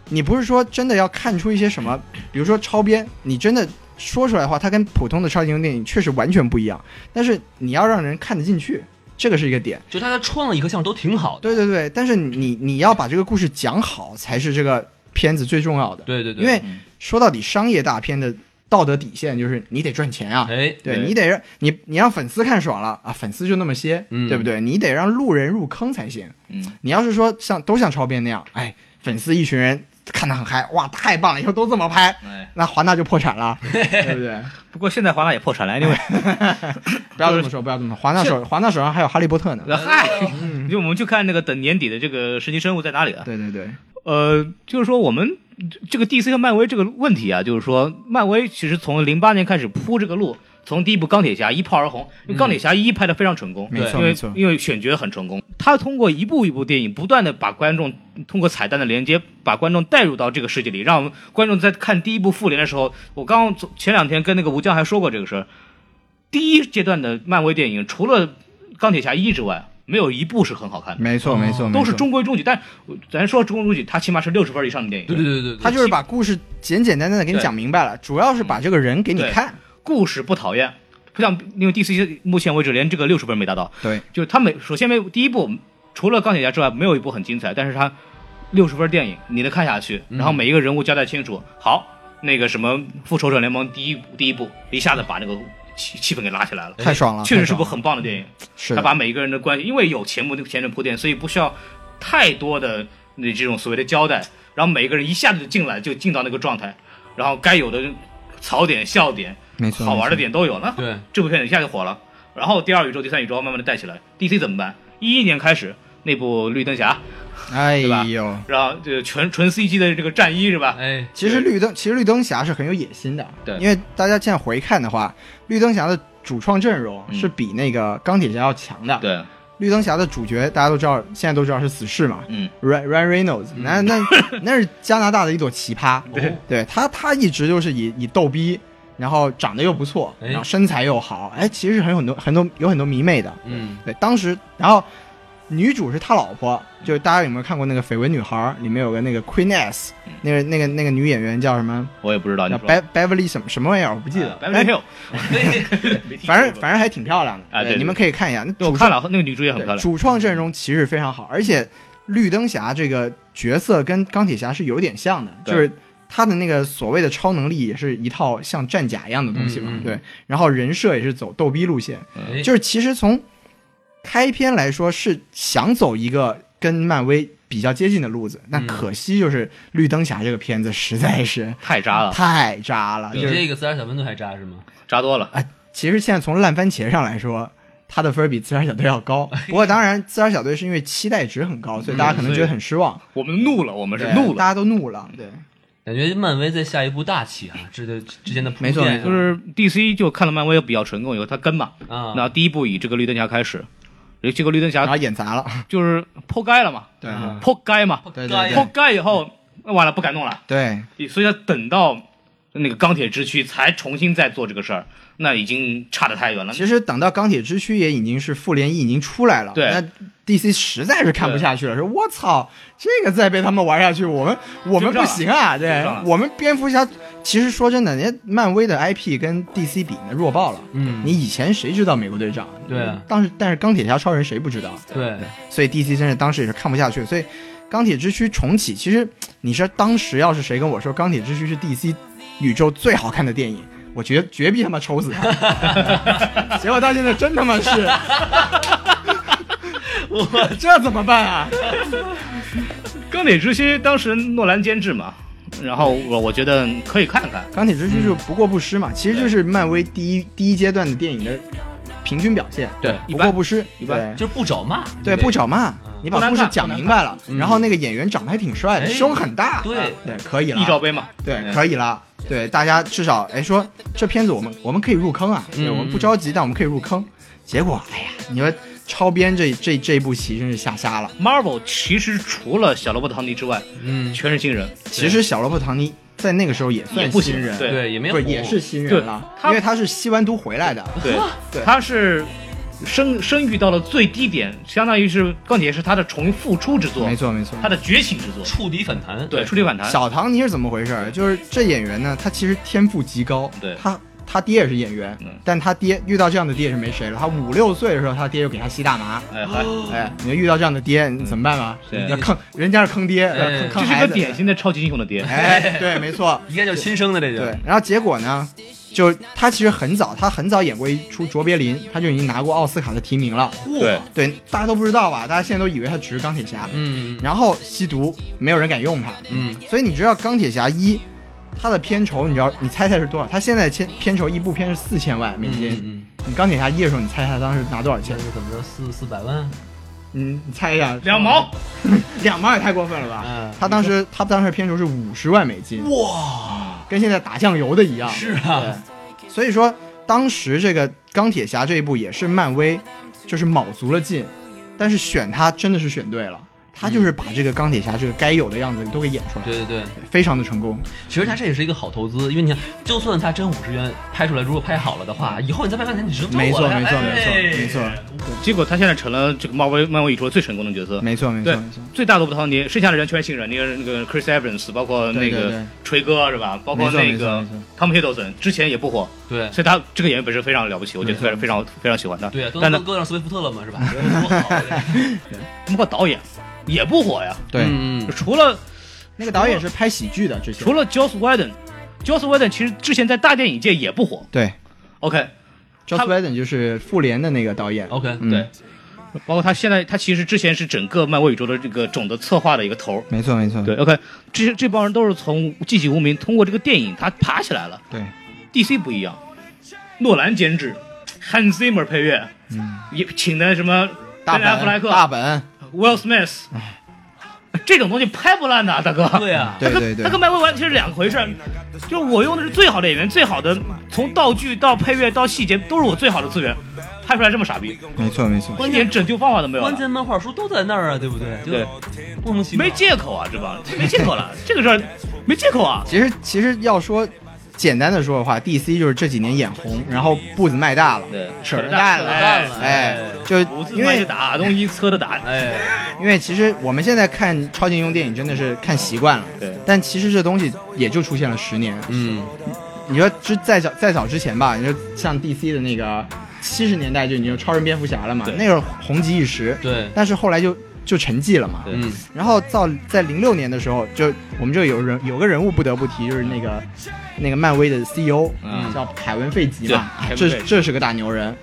E: 你不是说真的要看出一些什么，比如说超编，你真的说出来的话，它跟普通的超级英雄电影确实完全不一样。但是你要让人看得进去，这个是一个点。
C: 就他的创意和项目都挺好的。
E: 对对对，但是你你要把这个故事讲好，才是这个片子最重要的。
C: 对对嗯对，
E: 因为说到底，商业大片的道德底线就是你得赚钱啊，
C: 哎，
E: 对
B: 对
E: 你得让你你让粉丝看爽了啊，粉丝就那么些，
C: 嗯
E: 对不对？你得让路人入坑才行。
B: 嗯，
E: 你要是说像都像超编那样，哎，粉丝一群人看他很嗨，哇，太棒了，以后都这么拍，
B: 哎，
E: 那华纳就破产
C: (laughs)
E: 了，对不对？
B: 不过现在华纳也破产了， (laughs) 因为，
E: 不要这么说，不要这么说，华纳手华纳手上还有哈利波特呢
B: 嗨，
E: 嗯
B: 就我们就看那个等年底的这个神奇生物在哪里了。
E: 对对对，
B: 呃，就是说我们这个 DC 和漫威这个问题啊，就是说漫威其实从零八年开始铺这个路，从第一部钢铁侠一炮而红，因为
E: 嗯
B: 钢铁侠一拍的非常成功，
E: 没
C: 对
E: 错
B: 因
E: 没
B: 为
E: 错，
B: 因为选角很成功，他通过一部一部电影，不断的把观众通过彩蛋的连接，把观众带入到这个世界里，让观众在看第一部复联的时候，我刚刚昨前两天跟那个吴江还说过这个事儿，第一阶段的漫威电影除了钢铁侠一之外，没有一部是很好看的，
E: 没错没错，没
B: 哦
E: 错
B: 都是，中规中矩。但咱说中规中矩，它起码是六十分以上的电影，
C: 对对对对对，
E: 他就是把故事简简单单的给你
B: 对嗯
E: 讲明白了，主要是把这个人给你
B: 对
E: 看，
B: 故事不讨厌，不像因为 DC 目前为止连这个六十分没达到，
E: 对，
B: 就是他每首先没有第一部除了钢铁侠之外没有一部很精彩，但是他六十分电影你能看下去，
E: 嗯
B: 然后每一个人物交代清楚，好，那个什么复仇者联盟第一第一部一下子把那个气气氛给拉起来了。
E: 太爽了，
B: 哎确实是
E: 啊
B: 部
E: 太爽了嗯
B: 很棒的电影，
E: 是
B: 他
E: 的
B: 把每一个人的关系，因为有前幕前人铺垫，所以不需要太多的那这种所谓的交代，然后每一个人一下子就进来，就进到那个状态，然后该有的槽点、笑点、
E: 没错
B: 好玩的
E: 没
B: 点都有了。
C: 对，
B: 这部片子一下就火了。然后第二宇宙、第三宇宙慢慢的带起来。DC 怎么办？一一年开始那部绿灯侠，
E: 错哎
B: 吧
E: 呦。
B: 然后就全纯 CG 的这个战衣是吧？
C: 哎，
E: 其实绿灯，其实绿灯侠是很有野心的，
C: 对
E: 因为大家现在回看的话，绿灯侠的主创阵容
B: 嗯
E: 是比那个钢铁侠要强的。，
B: 对，
E: 绿灯侠的主角大家都知道，现在都知道是死侍嘛
B: 嗯，
E: ，Ryan Ryan Reynolds，那
B: (laughs)
E: 那那是加拿大的一朵奇葩，
C: 对
E: 对他他一直就是以以逗逼，然后长得又不错，
C: 哎
E: 然后身材又好，哎，其实很有很多很多有很多迷妹的，
C: 嗯，
E: 对，当时然后女主是他老婆，
B: 嗯
E: 就是大家有没有看过那个《绯闻女孩》？里面有个那个 Queen S，那个那个那个女演员叫什么？
B: 我也不知道嗯啊你
E: 叫
B: 说。
E: Be Beverly 什么什么玩意儿？我不记得了。
B: 啊白白
E: 哎 (laughs)
B: 秀， (laughs)
E: 反正反正还挺漂亮的。
B: 啊对对
E: 你们可以看一下。那
B: 对我
E: 主
B: 看了，那个女 (laughs) 主也很漂
E: 对
B: 亮。
E: 主创阵容其实非常好，而且绿灯侠这个角色跟钢铁侠是有点像的，
B: 对
E: 就是。他的那个所谓的超能力也是一套像战甲一样的东西嘛，
C: 嗯嗯嗯
E: 对。然后人设也是走逗逼路线，
C: 哎
E: 就是其实从开篇来说是想走一个跟漫威比较接近的路子，但
C: 嗯
E: 可惜就是绿灯侠这个片子实在是
B: 太渣了，
E: 太渣了。
C: 比
E: 就是
C: 这个自然小分队还渣是吗？
B: 渣多了。
E: 其实现在从烂番茄上来说，它的分儿比自杀小队要
B: (laughs)
E: 高。
B: 哎
E: 不过当然，自杀小队是因为期待值很高，所以大家可能觉得很失望，
B: 我们怒了，我们是
E: 对
B: 怒
E: 大
B: 了。
E: 家都怒了。对，
C: 感觉漫威在下一步大棋啊，这个之间的铺
E: 没错
C: 垫
E: 没
B: 就是 DC 就看了漫威比较成功以后，他跟嘛，
C: 啊，
B: 那第一部以这个绿灯侠开始，这个绿灯
E: 然
B: 侠
E: 后演砸了。
B: 就是破盖了嘛，
E: 对
C: 啊
B: 破盖嘛，
E: 对
C: 该
E: 对
B: 破盖以后，完了不敢弄了。
E: 对，
B: 所以要等到那个钢铁之躯才重新再做这个事儿，那已经差得太远了。
E: 其实等到钢铁之躯也已经是复联一已经出来了，
B: 对
E: 那 DC 实在是看不下去了，说我操，这个再被他们玩下去，我们我们
B: 跟不上
E: 不行啊！
B: 跟
E: 对
B: 不上，了
E: 我们蝙蝠侠，其实说真的，人家漫威的 IP 跟 DC 比呢弱爆了。
C: 嗯
E: 你以前谁知道美国队长？
C: 对啊
E: 当时但是钢铁侠、超人谁不知道？
C: 对，
E: 所以 DC 真是当时也是看不下去，所以钢铁之躯重启，其实你说当时要是谁跟我说钢铁之躯是 DC 宇宙最好看的电影，我绝绝逼他妈抽死他。结果到现在真他妈是，我 (laughs) 这怎么办啊？
B: 钢铁之躯当时诺兰监制嘛，然后我我觉得可以看看。
E: 钢铁之躯就不过不失嘛，其实就是漫威第一第一阶段的电影的平均表现，
C: 对
E: 不过不失，
B: 一般
C: 就是不找骂，
E: 对对不找骂，你把故事讲明白了，
C: 嗯
E: 然后那个演员长得还挺帅的，
C: 哎
E: 胸很大，
C: 对
E: 对，可以了，啊
B: 一罩杯嘛，
E: 对，可以了。对，大家至少哎说这片子我们我们可以入坑啊，对，我们不着急，但我们可以入坑。结果哎呀，你说超编这这这一步棋真是下瞎了。
B: Marvel 其实除了小罗伯特·唐尼之外，
C: 嗯，
B: 全是新人。
E: 其实小萝卜唐尼在那个时候也
B: 也
E: 算
B: 不
E: 新
B: 行
E: 人，
B: 对
C: 对，也没有
E: 不是也是新人了，因为他是西湾都回来的。
B: 对，
E: 对
B: 他是生生育到了最低点，相当于是钢铁是他的重复出之作
E: 没，错没错。
B: 他的崛起之作。
C: 触底反弹，
B: 对，触底反弹。
E: 小唐尼是怎么回事儿？就是这演员呢，他其实天赋极高，
B: 对
E: 他他爹也是演员
B: 嗯，
E: 但他爹遇到这样的爹也是没谁了。他五六岁的时候，他爹就给他吸大麻，
B: 哎，还
E: 哎，你要遇到这样的爹，你怎么办吧？
C: 嗯
B: 对
E: 要坑人家是坑爹，
C: 哎
E: 要坑
B: 这
E: 坑
B: 是
E: 孩
B: 个
E: 子。
B: 典型的超级英雄的爹。
E: 哎，对，没错，
C: 应该就是亲生的这个，啊
E: 对。然后结果呢？就是他其实很早，他很早演过一出《卓别林》，他就已经拿过奥斯卡的提名了。
B: 对，
E: 对，大家都不知道吧？大家现在都以为他只是钢铁侠。
C: 嗯
E: 然后吸毒，没有人敢用他。
C: 嗯，
E: 所以你知道钢铁侠一，他的片酬，你知道你猜猜是多少？他现在片片酬一部片是四千万美金。
C: 嗯，
E: 你钢铁侠一的时候，你猜他当时拿多少钱
C: 现？在怎么着四四百万？
E: 嗯，你猜一下，
F: 两毛，
E: (laughs) 两毛也太过分了吧？
C: 嗯
E: 他当时他当时的片酬是五十万美金，哇，跟现在打酱油的一样。
C: 是啊，
E: 所以说，当时这个钢铁侠这一部也是漫威，就是卯足了劲，但是选他真的是选对了，他就是把这个钢铁侠这个该有的样子都给演出来了，
C: 对对对，
E: 非常的成功。
C: 其实他这也是一个好投资，因为你看，就算他真五十元拍出来，如果拍好了的话，以后你再卖卖看，你知道我
E: 没错，
C: 呀
E: 没错，没
C: 哎
E: 错，没错，
B: 结果他现在成了这个漫威漫威宇宙最成功的角色。
E: 没错，没错，
B: 对
E: 没错。，
B: 最大的不淘你，剩下的人全是新人，那个那个 Chris Evans，包括那
E: 对对对
B: 个锤哥是吧？包括
E: 没错
B: 那
E: 没错
B: 个
E: 没错
B: Tom Hiddleston，之前也不火，
C: 对
B: 所以他这个演员本身非常了不起，我觉得非常非常非常喜欢他。
C: 对，都
B: 但
C: 能
B: 呢，
C: 搁上斯威夫特了嘛，是吧？多好呀！
B: 包括导演也不火呀，
E: 对，
C: 嗯，
B: 除了
E: 那个导演是拍喜剧的，之前
B: 除了 Joss Whedon，Joss Whedon 其实之前在大电影界也不火。
E: 对
B: OK，
E: ，Joss Whedon 就是复联的那个导演。
C: OK，
E: 嗯
B: 对，包括他现在，他其实之前是整个漫威宇宙的这个总的策划的一个头儿。
E: 没错，没错，
B: 对，OK，这些这帮人都是从寂寂无名通过这个电影他爬起来了。
E: 对
B: DC 不一样，诺兰监制，Hans Zimmer 配乐，
E: 嗯
B: 也请的什么
E: 大
B: 贝莱弗莱
E: 本，
B: 克、啊
E: 大本，
B: Will Smith，这种东西拍不烂的啊，大哥。
C: 对呀
B: 他跟
E: 对对对
B: 他跟漫威完全是两回事儿。就是我用的是最好的演员，最好的从道具到配乐到细节都是我最好的资源，拍出来这么傻逼，
E: 没错，没错，
B: 一点拯救方法都没有
C: 关
B: 了。
C: 键漫画书都在那儿啊，对不对？
B: 对，
C: 就莫名其妙
B: 没。借口啊，这帮没借口了，这个事儿没借口啊。
E: 其实其实要说简单的说的话，DC 就是这几年眼红，然后步子迈大了，
B: 对
E: 扯着蛋
B: 扯
E: 了，
B: 着蛋
C: 了
E: 哎，就
B: 五字
E: 因
B: 麦就
E: 为
B: 打，阿东一车的打，
C: 哎，
E: 因为其实我们现在看超级英雄电影真的是看习惯了，
B: 对
E: 但其实这东西也就出现了十年，
C: 嗯，
E: 你说之再早再早之前吧，你说像 DC 的那个七十年代就已经有超人蝙蝠侠了嘛，那时候红极一时，
C: 对，
E: 但是后来就就沉寂了嘛，对
C: 嗯，
E: 然后到在零六年的时候，就我们就有人有个人物不得不提，就是那个那个漫威的 CEO，、
B: 嗯
E: 叫凯文·费吉嘛，
B: 对
E: 哎
B: 凯文
E: 这
B: 费吉
E: 这是个大牛人。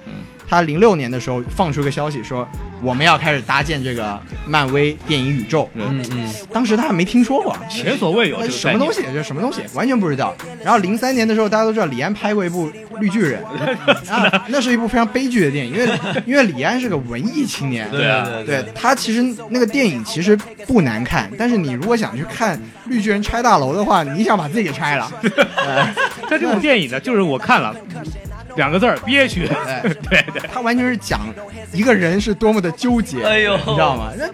E: 他零六年的时候放出个消息说，我们要开始搭建这个漫威电影宇宙。
C: 嗯嗯，
E: 当时他还没听说过，
B: 前所未有这
E: 哎
B: 个
E: 什么东西？这什么东西？完全不知道。然后零三年的时候，大家都知道李安拍过一部《绿巨
C: (laughs)
E: 人》，啊，那是一部非常悲剧的电影，因为 (laughs) 因为李安是个文艺青年，
C: 对啊对
E: 对他其实那个电影其实不难看，但是你如果想去看《绿巨人拆大楼》的话，你想把自己给拆
C: (laughs)
E: 了。呃
B: 但这种电影呢，就是我看了两个字儿憋屈。
E: 哎
B: (laughs) 对对，
E: 他完全是讲一个人是多么的纠结，
C: 哎呦
E: 你知道吗？那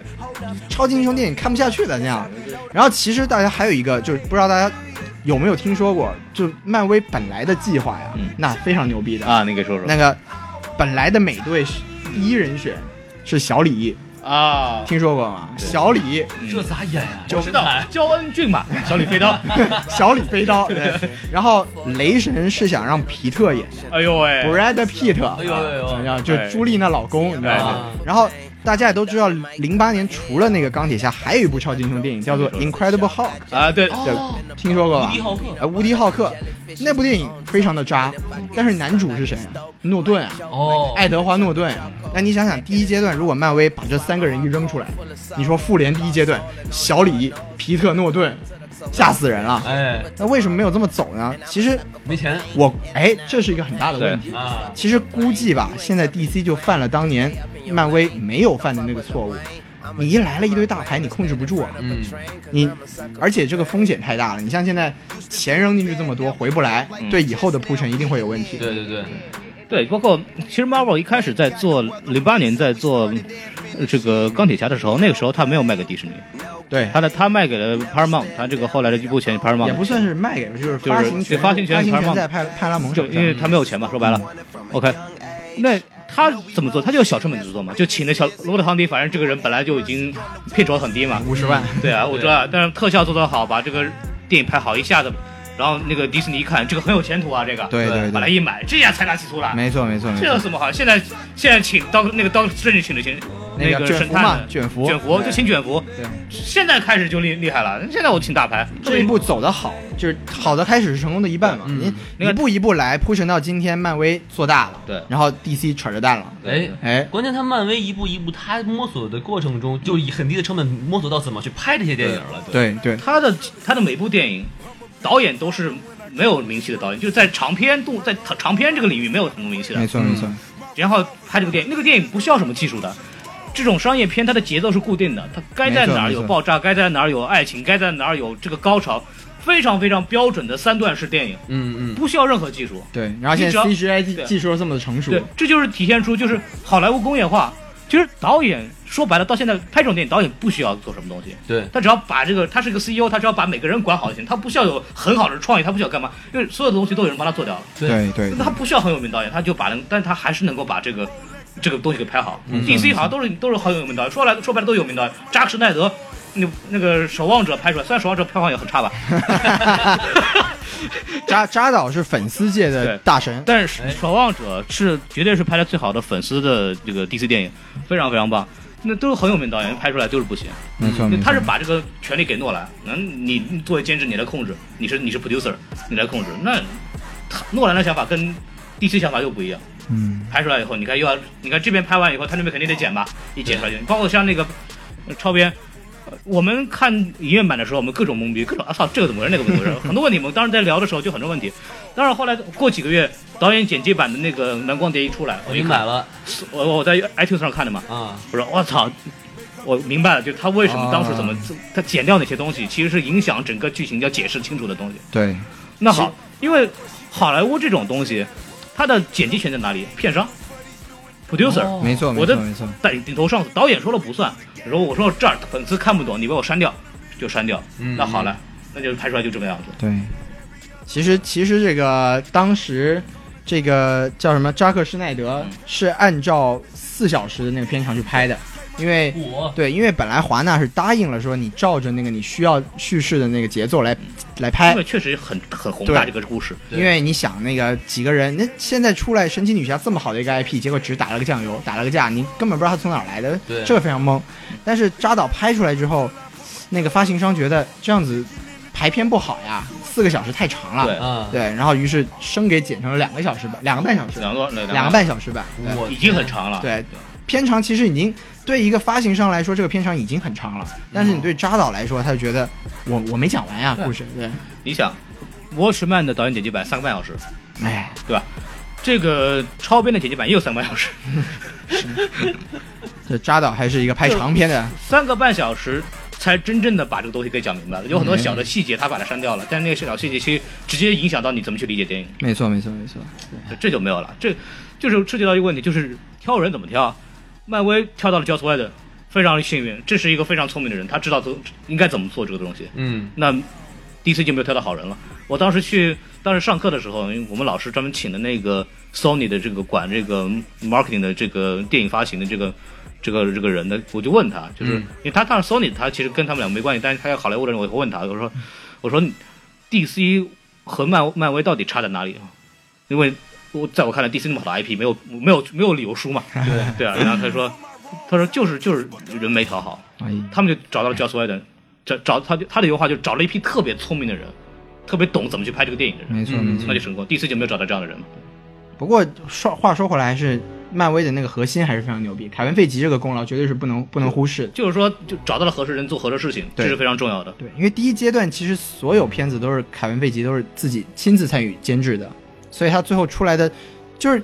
E: 超级英雄电影看不下去的那样。然后其实大家还有一个，就是不知道大家有没有听说过，就漫威本来的计划呀，
C: 嗯
E: 那非常牛逼的。
B: 啊，你给说说
E: 那个本来的美队是第一人选是小李，
C: 哦
B: 啊，
E: 听说过吗？小李， (laughs)
C: 这咋演呀？
B: 我知道焦恩俊嘛，小李飞 (laughs) 刀。
E: 小李飞刀。
C: (laughs)
E: 对然后雷神是想让皮特演，
B: 哎呦喂，
E: Brad Pitt，
C: 哎呦哎呦
E: 怎么样？就是朱莉那老公，你知道吗
C: 啊？
E: 然后大家也都知道，零八年除了那个钢铁侠，还有一部超级英雄电影叫做《Incredible Hulk》，
B: 啊，对，
E: 对，听说过吧？
C: 无敌浩克
E: 呃，无敌浩克那部电影非常的渣，但是男主是谁啊？诺顿啊，
C: 哦，
E: 爱德华诺顿啊。那你想想，第一阶段如果漫威把这三个人一扔出来，你说复联第一阶段，小李、皮特、诺顿，吓死人了。
C: 哎，
E: 那为什么没有这么走呢？其实
C: 没钱
E: 我哎，这是一个很大的问题。
C: 啊，
E: 其实估计吧，现在 DC 就犯了当年漫威没有犯的那个错误。你一来了一堆大牌，你控制不住啊！
C: 嗯，
E: 你而且这个风险太大了。你像现在钱扔进去这么多，回不来，对以后的铺陈一定会有问题。
C: 对对对，
B: 对，包括其实 Marvel 一开始在做零八年在做呃这个钢铁侠的时候，那个时候他没有卖给迪士尼，
E: 对，
B: 他的他卖给了 Paramount，他这个后来的目前 Paramount
E: 也不算是卖给，就是
B: 就是
E: 发行
B: 对
E: 权，
B: 发行权
E: 发行
B: 还是
E: 权在派派拉蒙
B: 就
E: 手
B: 因为
E: 上。嗯
B: 他没有钱嘛，说白了，OK，那他怎么做？他就小成本制作嘛，就请的小罗伯特·唐尼，反正这个人本来就已经片酬很低嘛，
E: 五十万，
B: 对啊，我知道，但是特效做得好，把这个电影拍好，一下子，然后那个迪士尼一看，这个很有前途啊，这个，
E: 对对对
B: 本来一买，这下财大气粗了，
E: 没错没错没
B: 这有
E: 错，
B: 什么好？现在现在请当那个当政治请的请
E: 那
B: 那
E: 个
B: 个
E: 卷
B: 神
E: 福
B: 探
E: 嘛
B: 的
E: 卷福
B: 卷福就请卷福
E: 对，
B: 现在开始就厉厉害了，现在我请大牌，
E: 这一步走得好，就是好的开始是成功的一半嘛。
C: 嗯
E: 你一步一步来，铺陈到今天，漫威做大了，
B: 对
E: 然后 DC 扯着蛋了，
C: 哎，
E: 哎，
C: 关键他漫威一步一步，他摸索的过程中，就以很低的成本摸索到怎么去拍这些电影了。对，
E: 对对，
B: 他的他的每部电影导演都是没有名气的导演，就是在长篇度在长篇这个领域没有什么名气的
E: 没，错没错，
B: 嗯然后拍这个电影，那个电影不需要什么技术的。这种商业片，它的节奏是固定的，它该在哪儿有
E: 没错没错
B: 爆炸，该在哪儿有爱情，该在哪儿有这个高潮，非常非常标准的三段式电影，
C: 嗯嗯，
B: 不需要任何技术。
E: 对。然后现
B: 你只
E: 在
B: 要
E: CGI 技
B: 对
E: 技术又这么的成熟
B: 对，，这就是体现出就是好莱坞工业化。其实导演说白了，到现在拍这种电影，导演不需要做什么东西，
C: 对，
B: 他只要把这个，他是一个 CEO，他只要把每个人管好就行，他不需要有很好的创意，他不需要干嘛，因为所有的东西都有人帮他做掉了。
E: 对对
B: 那他不需要很有名导演，他就把能，但他还是能够把这个这个东西给拍好。
E: 嗯
B: DC 好像都是都是很有名导演，说来说白了都有名导演，扎克施奈德。那那个守望者拍出来，虽然守望者票房也很差吧，
E: 扎扎导是粉丝界的
B: 对
E: 大神，
B: 但是守望者是绝对是拍的最好的粉丝的这个 DC 电影，非常非常棒。那都是很有名导演，拍出来就是不行。
E: 没错
B: 他是把这个权利给诺兰，嗯，你你作为监制你来控制，你是你是 producer，你来控制。那他诺兰的想法跟 DC 想法又不一样。
E: 嗯，
B: 拍出来以后，你看又要，你看这边拍完以后，他那边肯定得剪吧，一剪出来就，包括像那个呃超编。呃我们看影院版的时候，我们各种懵逼，各种啊操，这个怎么回事，那个怎么回事，很多问题。我们当时在聊的时候就很多问题。当然后来过几个月，导演剪辑版的那个《蓝光碟》一出来，
C: 我
B: 我
C: 明
B: 就
C: 白
B: 看，
C: 了
B: 我我在 iTunes 上看的嘛，
C: 啊，
B: 我说我操，我明白了，就是他为什么当时怎么、
E: 啊
B: 他剪掉哪些东西，其实是影响整个剧情要解释清楚的东西。
E: 对，
B: 那好，因为好莱坞这种东西，它的剪辑权在哪里？片商，producer，、
E: 没错没
B: 我的
E: 错没错，
B: 在顶头上司，导演说了不算。然后我说这儿粉丝看不懂，你把我删掉，就删掉。
C: 嗯
E: 嗯
B: 那好了，那就拍出来就这个样子。
E: 对。其实其实这个当时这个叫什么扎克施奈德是按照四小时的那个片长去拍的，因为
C: 我
E: 对，因为本来华纳是答应了说你照着那个你需要叙事的那个节奏来来拍
B: 因为，确实很很宏大
E: 哎对
B: 这个故事，
C: 对
E: 因为你想那个几个人，那现在出来神奇女侠这么好的一个 IP，结果只打了个酱油，打了个架，你根本不知道它从哪儿来的
C: 对，
E: 这个非常懵。但是扎导拍出来之后，那个发行商觉得这样子排片不好呀，四个小时太长了，
B: 对
C: 啊，
E: 对然后于是生给剪成了两个小时版，两个半小时，
B: 两个两
E: 两个半小时版，对
C: 我
B: 已经很长了。
E: 对，片长其实已经对一个发行商来说，这个片长已经很长了，但是你对扎导来说，他就觉得我我没讲完呀，故事，对，
B: 你想，沃什曼的导演剪辑版三个半小时，
E: 哎，
B: 这个超编的剪辑版也有三个半小时，
E: 这扎导还是一个拍长片的，
B: 三个半小时才真正的把这个东西给讲明白了。有很多小的细节他把它删掉了，但是那个小细节其实直接影响到你怎么去理解电影，
E: 没错没错没错，
B: 这就没有了。这就是涉及到一个问题，就是挑人怎么挑。漫威挑到了 Joss Whedon，非常幸运，这是一个非常聪明的人，他知道怎应该怎么做这个东西。
C: 嗯
B: 那 DC 就没有挑到好人了。我当时去，当时上课的时候，因为我们老师专门请的那个 Sony 的这个管这个 marketing 的这个电影发行的这个这个这个人呢，我就问他，就是、
C: 嗯
B: 因为他当时 Sony 他其实跟他们俩没关系，但是他要好莱坞的人，我会问他，我说我说 DC 和漫漫威到底差在哪里啊？因为我在我看来，DC 那么好的 IP 没有没有没有理由输嘛，对对啊，然后他说他说就是就是人没调好，
E: 哎，
B: 他们就找到了 Joss Whedon，找找他就他的原话就找了一批特别聪明的人，特别懂怎么去拍这个电影的人，
E: 没错
C: 嗯
E: 没
B: 那
E: 错。
B: 就成功。第四就没有找到这样的人嘛。
E: 不过说话说回来，还是漫威的那个核心还是非常牛逼，凯文费奇这个功劳绝对是不能不能忽视的。
B: 就是说，就找到了合适人做合适事情，
E: 对
B: 这是非常重要的。
E: 对，因为第一阶段其实所有片子都是凯文·费奇都是自己亲自参与监制的，所以他最后出来的就是，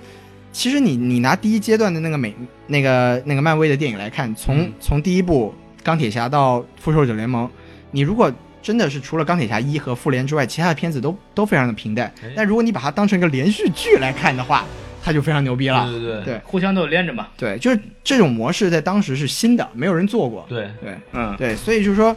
E: 其实你你拿第一阶段的那个美那个那个漫威的电影来看，从、
C: 嗯
E: 从第一部钢铁侠到复仇者联盟，你如果真的是除了钢铁侠一和复联之外，其他的片子都都非常的平淡
C: 哎，
E: 但如果你把它当成一个连续剧来看的话，它就非常牛逼了。
C: 对对
E: 对
B: 互相都有连着嘛。
E: 对，就是这种模式在当时是新的，没有人做过。
C: 对
E: 对，
B: 嗯，
E: 对，所以就是说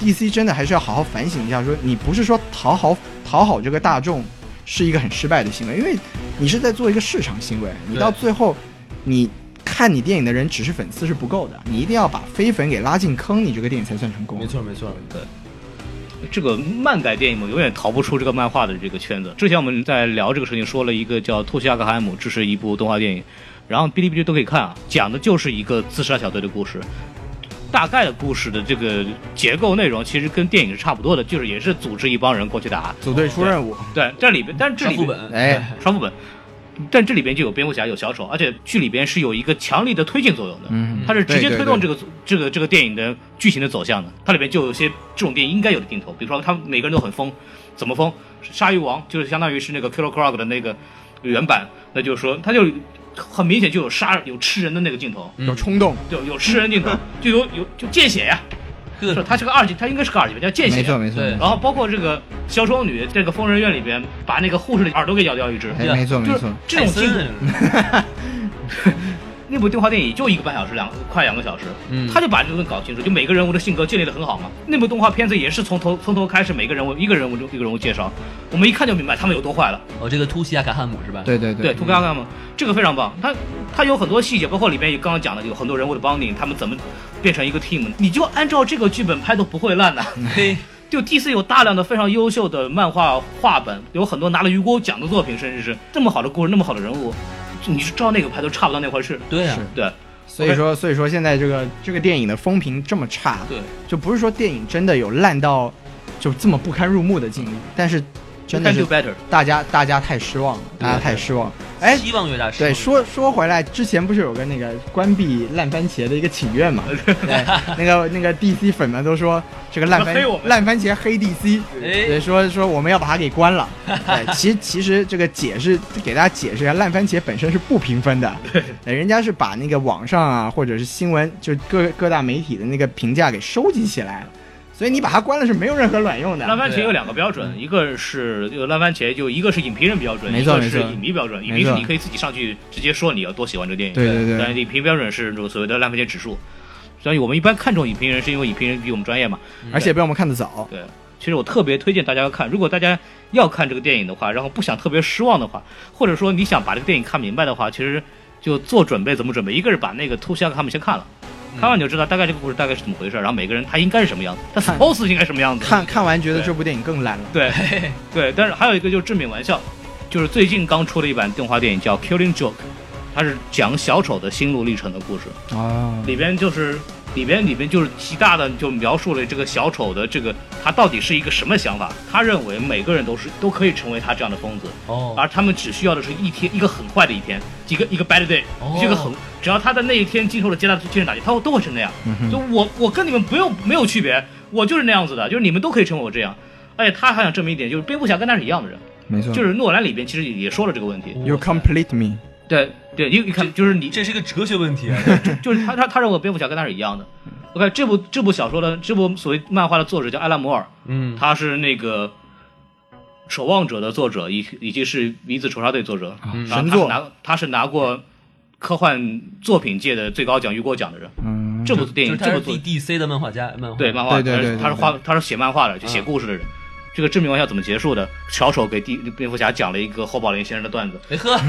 E: ，DC 真的还是要好好反省一下，说你不是说讨好讨好这个大众是一个很失败的行为，因为你是在做一个市场行为，你
C: 对
E: 到最后你。看你电影的人只是粉丝是不够的，你一定要把非粉给拉进坑，你这个电影才算成功。
C: 没，错没错，对，
B: 这个漫改电影嘛，永远逃不出这个漫画的这个圈子。之前我们在聊这个事情，说了一个叫《托西亚克海姆》，这是一部动画电影。然后哔哩哔哩都可以看啊，讲的就是一个自杀小队的故事。大概的故事的这个结构内容其实跟电影是差不多的，就是也是组织一帮人过去打。
E: 组队出任务，
B: 对，这里边，但是这
C: 上
B: 里
C: 副
B: 边
C: 本，
E: 哎，
B: 川副本，但这里边就有蝙蝠侠，有小丑，而且剧里边是有一个强力的推进作用的，
E: 嗯
B: 它是直接
E: 对对
B: 推动这个这个这个电影的剧情的走向的。它里边就有一些这种电影应该有的镜头，比如说他们每个人都很疯，怎么疯？鲨鱼王就是相当于是那个 Killer Croc 的那个原版，那就是说他就很明显就有杀有吃人的那个镜头，
E: 有冲动，
B: 就有吃
E: (laughs)
B: 人镜头，就有有就见血呀、
C: 对
B: 是吧它是个二级，它应该是个二级片，叫见血。
E: 没错没错，
C: 对
B: 然后包括这个小丑女，这个疯人院里边把那个护士的耳朵给咬掉一只，
E: 哎，没错没
B: 就是
E: 错，
B: 这种
C: 泰
B: 镜
C: 森
B: (laughs) 那部动画电影就一个半小时，两快两个小时，
C: 嗯
B: 他就把这个搞清楚，就每个人物的性格建立的很好嘛。那部动画片子也是从头从头开始，每个人物一个人物就一个人物介绍，我们一看就明白他们有多坏了。
C: 哦，这个突西亚卡汉姆是吧？
E: 对对嗯
B: 对，图卡卡嘛，这个非常棒，它它有很多细节，包括里面有刚刚讲的有很多人物的 bonding，他们怎么变成一个 team，你就按照这个剧本拍都不会烂的、
E: 嗯
B: (laughs)
C: 嘿，
B: 就 DC 有大量的非常优秀的漫画画本，有很多拿了雨果奖的作品，甚至是这么好的故事，那么好的人物，就你是照那个拍都差不到那回事。
C: 对啊
E: 是，
B: 对
E: 所以说，所以说现在这个这个电影的风评这么差，
B: 对，
E: 就不是说电影真的有烂到就这么不堪入目的境地，但是真的
B: You
E: 是啊
B: can do better。
E: 大家大家太失望了，大家太失望了。哎，
C: 希望越大，失望
E: 对，
C: 越
E: 说说回来，之前不是有个那个关闭烂番茄的一个请愿嘛？对，那个那个 DC 粉们都说这个烂番
B: 黑我们
E: 烂番茄黑 DC，
C: 哎，
E: 对，说说我们要把它给关了。对，其其实这个解释给大家解释一下，烂番茄本身是不评分的，对，人家是把那个网上啊或者是新闻就各各大媒体的那个评价给收集起来了，所以你把它关了是没有任何卵用
B: 烂
E: 的。
B: 番茄有两个标准，一个是这个烂番茄，就一个是影评人标准，
E: 嗯没
B: 一
E: 错
B: 个是
E: 没错
B: 影迷标准。影
E: 没
B: 迷是
E: 错
B: 你可以自己上去直接说你要多喜欢这个电影，
E: 对对对
B: 但影评标准是这种所谓的烂番茄指数。所以我们一般看重影评人，是因为影评人比我们专业嘛。
E: 而且被我们看得早，
B: 对，其实我特别推荐大家看，如果大家要看这个电影的话，然后不想特别失望的话，或者说你想把这个电影看明白的话，其实就做准备，怎么准备？一个是把那个《偷香》他们先看了，
C: 嗯
E: 嗯
B: 看完你就知道大概这个故事大概是怎么回事，然后每个人他应该是什么样子，他
E: 看
B: suppose 应该什么样子。
E: 看看完觉得
B: 对
E: 这部电影更烂了。 (laughs)
B: 对对，但是还有一个就是《致命玩笑》，就是最近刚出的一版动画电影叫《Killing Joke》，它是讲小丑的心路历程的故事。
E: 哦，
B: 里边就是里边里边就是极大的就描述了这个小丑的这个他到底是一个什么想法。他认为每个人都是都可以成为他这样的疯子，
C: 哦，
B: 而他们只需要的是一天一个很坏的一天，一个一个 bad day，、
C: 哦
B: 一个很只要他的那一天经受了接大精神打击，他都会是那样。
E: 嗯
B: 就我我跟你们不用没有区别，我就是那样子的，就是你们都可以成为我这样。而且他还想证明一点，就是蝙蝠侠跟他是一样的人，
E: 没错，
B: 就是诺兰里边其实也也说了这个问题。
E: You complete me。
B: 对对，你你看，就是你
C: 这是一个哲学问题啊，
B: 就是他他他认为蝙蝠侠跟他是一样的。OK，这部这部小说的这部所谓漫画的作者叫艾拉摩尔，
C: 嗯，
B: 他是那个《守望者》的作者，以以及是《鼻子仇杀队》作者，
E: 嗯
B: 然后他是
E: 神作
B: 拿他是拿过科幻作品界的最高奖雨果奖的人。
E: 嗯，
B: 这部电
C: 就
B: 影
C: 是他
B: 这部
C: 是
B: 作
C: D D C 的漫画家，漫画
B: 对漫画，
E: 对对对
B: 他是他是
E: 对对嗯
B: 画他是写漫画的，就写故事的人。这个致命玩笑怎么结束的？小丑给地蝙蝠侠讲了一个侯宝林先生的段子，
C: 哎呵，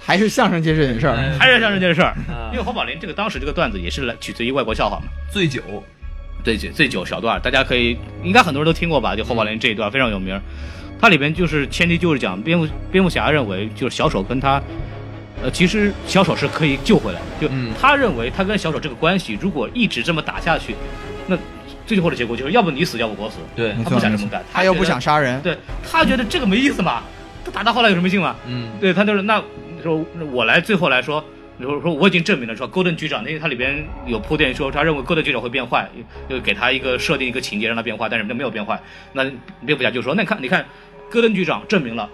E: 还是相声界这点事儿。
C: 哎
B: (laughs) 还是像这件事儿，
C: 啊
B: 因为侯宝林这个当时这个段子也是来取自于外国笑话嘛。
C: 醉酒，
B: 醉酒醉酒小段儿，大家可以应该很多人都听过吧？就侯宝林这一段非常有名儿，它里边就是前提就是讲蝙蝠蝙蝠侠认为就是小丑跟他，呃，其实小丑是可以救回来的，就
C: 嗯
B: 他认为他跟小丑这个关系如果一直这么打下去，那最后的结果就是要不你死，要不我死。
C: 对
E: 没
B: 他
E: 错
B: 不想这么干，
E: 他又
B: 觉
E: 不
B: 得
E: 想，杀人，
B: 对他觉得这个没意思嘛，他打到后来有什么劲嘛？
C: 嗯，
B: 对他就是那说我来最后来说，说说我已经证明了说 Golden 局长，因为他里边有铺垫说他认为 Golden 局长会变坏，又给他一个设定一个情节让他变坏，但是他没有变坏。那蝙蝠侠就说那你看你看，Golden 局长证明了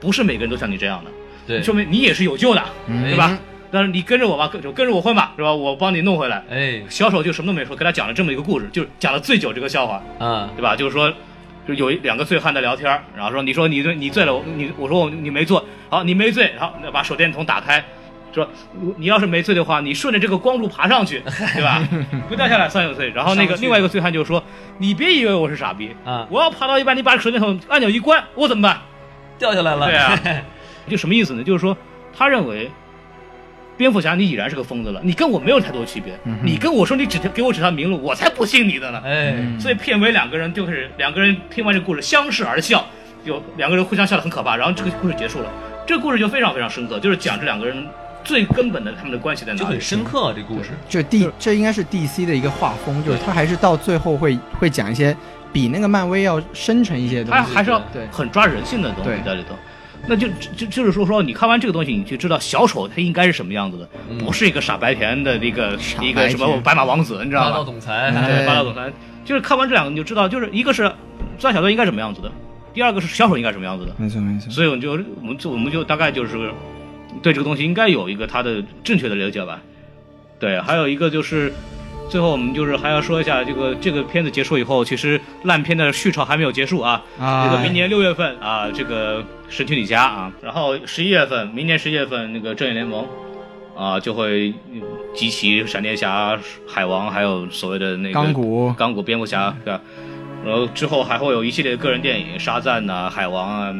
B: 不是每个人都像你这样的，
C: 对，
B: 说明你也是有救的，对
C: 对？
B: 吧？但是你跟着我吧，跟跟着我混吧，是吧？我帮你弄回来。
C: 哎
B: 小丑就什么都没说，给他讲了这么一个故事，就是讲了醉酒这个笑话。
C: 啊，
B: 对吧？就是说，就有一两个醉汉在聊天儿，然后说你说你醉你醉了，我你我说我你没醉，好你没醉，然后把手电筒打开，说你你要是没醉的话，你顺着这个光柱爬
C: (laughs)
B: 上去，对吧？不掉下来算有罪。然后那个
C: 上去
B: 另外一个醉汉就说，你别以为我是傻逼
C: 啊
B: 我要爬到一半，你把手电筒按钮一关，我怎么办？
C: 掉下来了，
B: 对啊，就什么意思呢？就是说，他认为蝙蝠侠你已然是个疯子了，你跟我没有太多区别，
E: 嗯
B: 你跟我说你指条给我指条明路，我才不信你的呢。
E: 嗯
C: 哎，
B: 所以片尾两个人就开始，两个人听完这个故事相视而笑，有两个人互相笑得很可怕，然后这个故事结束了。这个故事就非常非常深刻，就是讲这两个人最根本的他们的关系在
C: 就
B: 哪里
C: 很。深刻、啊、这故事。
E: 就 D 这应该是 DC 的一个画风，就是他还是到最后会会讲一些比那个漫威要深沉一些的东
B: 他
E: 西，
B: 还是要
E: 对
B: 很抓人性的东西
E: 对
B: 在里头。那就就就是说说，你看完这个东西，你就知道小丑他应该是什么样子的，不是一个傻白甜的一个
E: 嗯傻
B: 一个什
E: 白
B: 么
E: 甜
B: 白马王子，你知
C: 霸
B: 道
C: 道
B: 吗？
C: 总裁，
E: 嗯
B: 对，
E: 哎
B: 霸道总裁，就是看完这两个你就知道，就是一个是钻小队应该什么样子的，第二个是小丑应该什么样子的。
E: 没错没错，
B: 所以我们就我们就我们就大概就是对这个东西应该有一个它的正确的了解吧。对，还有一个就是最后我们就是还要说一下这个这个片子结束以后，其实烂片的续潮还没有结束啊。
E: 啊
B: 这个明年六月份啊，这个神奇女侠啊，然后十一月份，明年十一月份那个正义联盟啊就会嗯集齐闪电侠、海王，还有所谓的那个
E: 啊钢骨
B: 钢骨蝙蝠侠，对吧？然后之后还会有一系列的个人电影，沙赞呐、海王啊，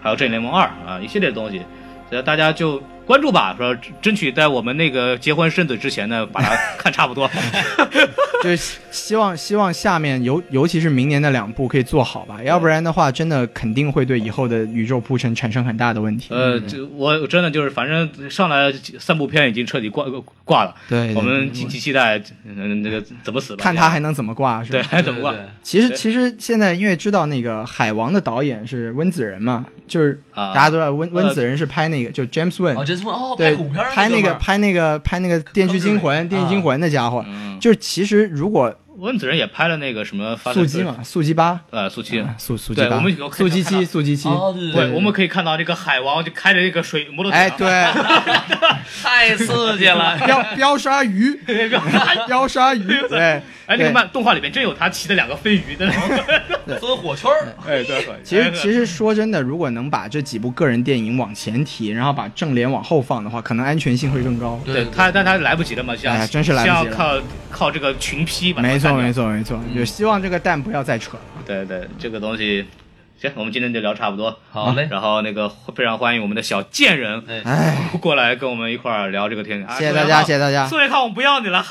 B: 还有正义联盟二啊，一系列的东西，所以大家就关注吧，说争取在我们那个结婚生子之前呢，把它看差
E: (laughs)
B: 不多。
E: 就是希希望希望下面尤尤其是明年的两部可以做好吧，要不然的话，真的肯定会对以后的宇宙铺陈产生很大的问题。
B: 呃，这我真的就是，反正上来三部片已经彻底挂挂了，
E: 对对
B: 我们敬请期待，嗯，那个怎么死吧，
E: 看他还能怎么挂，是吧？
B: 对，还怎么挂
C: 对对对
E: 其实
B: 对
E: 其实现在因为知道那个海王的导演是温子仁嘛，就是
B: 啊
E: 大家都知道温温
B: 呃
E: 子仁是拍那个就 James Wan，、
C: 哦，这次哦，
E: 对
C: 拍古片儿，
E: 拍那
C: 那哦
E: 个拍那个拍那个《电锯惊魂》《电锯惊魂》的家
B: 啊
E: 伙，
B: 嗯
E: 就是其实如果
B: 温子仁也拍了那个什么发
E: 速激，嘛，嗯速激八，
B: 呃，速激，
E: 速速激
B: 对我
E: 八
B: 们有，
E: 速激
B: 看到
E: 七，速激七，
C: 哦，对
B: 对，
C: 对，
B: 我们可以看到这个海王就开着这个水摩托艇，啊
E: 哎，对，。
C: (laughs) 太刺激了
E: (laughs) 标标
C: (laughs)
E: 鲨鱼，标鲨鱼，对，
B: 哎，那
E: 对
B: 个漫动画里面真有他骑的两个飞鱼的那
C: (laughs)
B: 个，
C: 做火圈儿，
B: 哎，对，
E: 其实，其实说真的，如果能把这几部个人电影往前提，然后把正脸往后放的话，可能安全性会更高。
B: 对他，但他来不及了嘛，像
E: 哎真是来不及了
B: 像要靠靠这个群批把它
E: 没错，
B: 干掉
E: 没错，没错。
B: 嗯
E: 就希望这个蛋不要再扯了。
B: 对对，这个东西，行，我们今天就聊差不多。嗯
C: 好嘞
B: 然后那个非常欢迎我们的小贱人
C: 哎
E: 哎，
B: 过来跟我们一块儿聊这个天。啊
E: 谢谢大家，谢谢大
B: (laughs)
E: 家，
B: 宋元康，宋元康我们不要你了。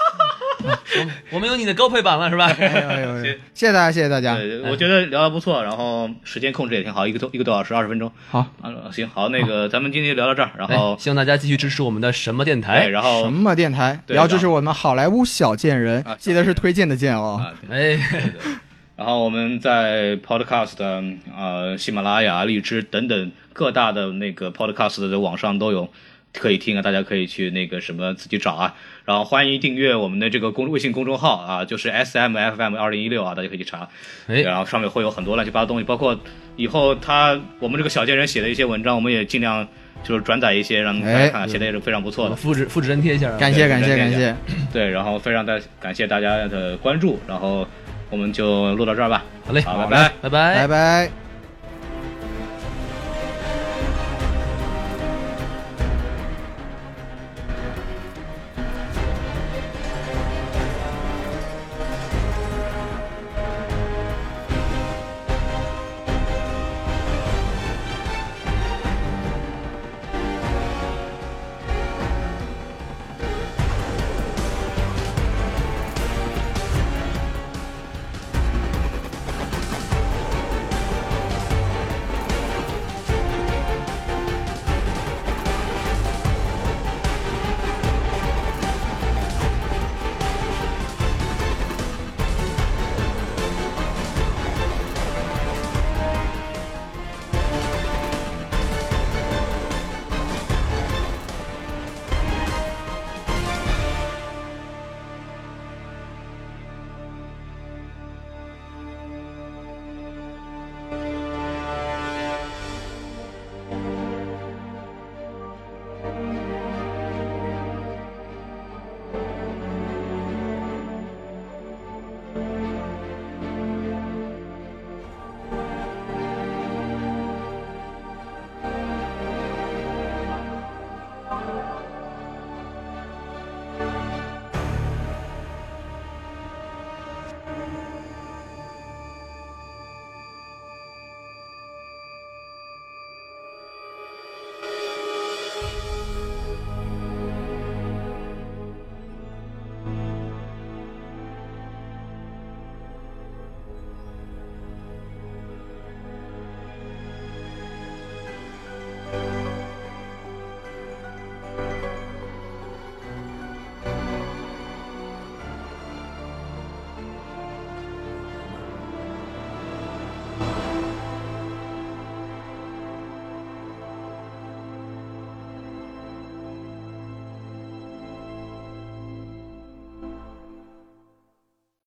C: 我们有你的高配版了是吧？
E: 哎呦哎呦哎呦谢谢大家，谢谢大家。
B: 对，我觉得聊的不错，然后时间控制也挺好，一个多一个多小时，二十分钟。
E: 好，
B: 啊，行，好，那个咱们今天就聊到这儿，然
C: 哎
B: 后，
C: 希望大家继续支持我们的什么电
B: 哎，
C: 台？
B: 然后
E: 什么电台？
B: 对
E: 也要支持我们好莱坞小贱人
B: 啊，
E: 记得是推荐的荐哦。
B: 啊，对
C: 哎，
B: (laughs) 然后我们在 Podcast 嗯呃喜马拉雅、荔枝等等各大的那个 Podcast 的网上都有可以听啊，大家可以去那个什么自己找啊。然后欢迎订阅我们的这个公微信公众号啊，就是 S M F M 二零一六啊，大家可以去查。
C: 哎
B: 然后上面会有很多乱七八糟东西，包括以后他我们这个小贱人写的一些文章，我们也尽量就是转载一些让大家看，
E: 哎
B: 写的也是非常不错的。
C: 复制复制粘贴一下啊。
E: 感谢，感谢，
B: 对
E: 感谢。
C: (clears throat)
B: 对，然后非常大感谢大家的关注，然后我们就录到这儿吧。
C: 好嘞，
B: 好
C: 嘞
B: 拜拜
C: 拜拜
E: 拜。拜。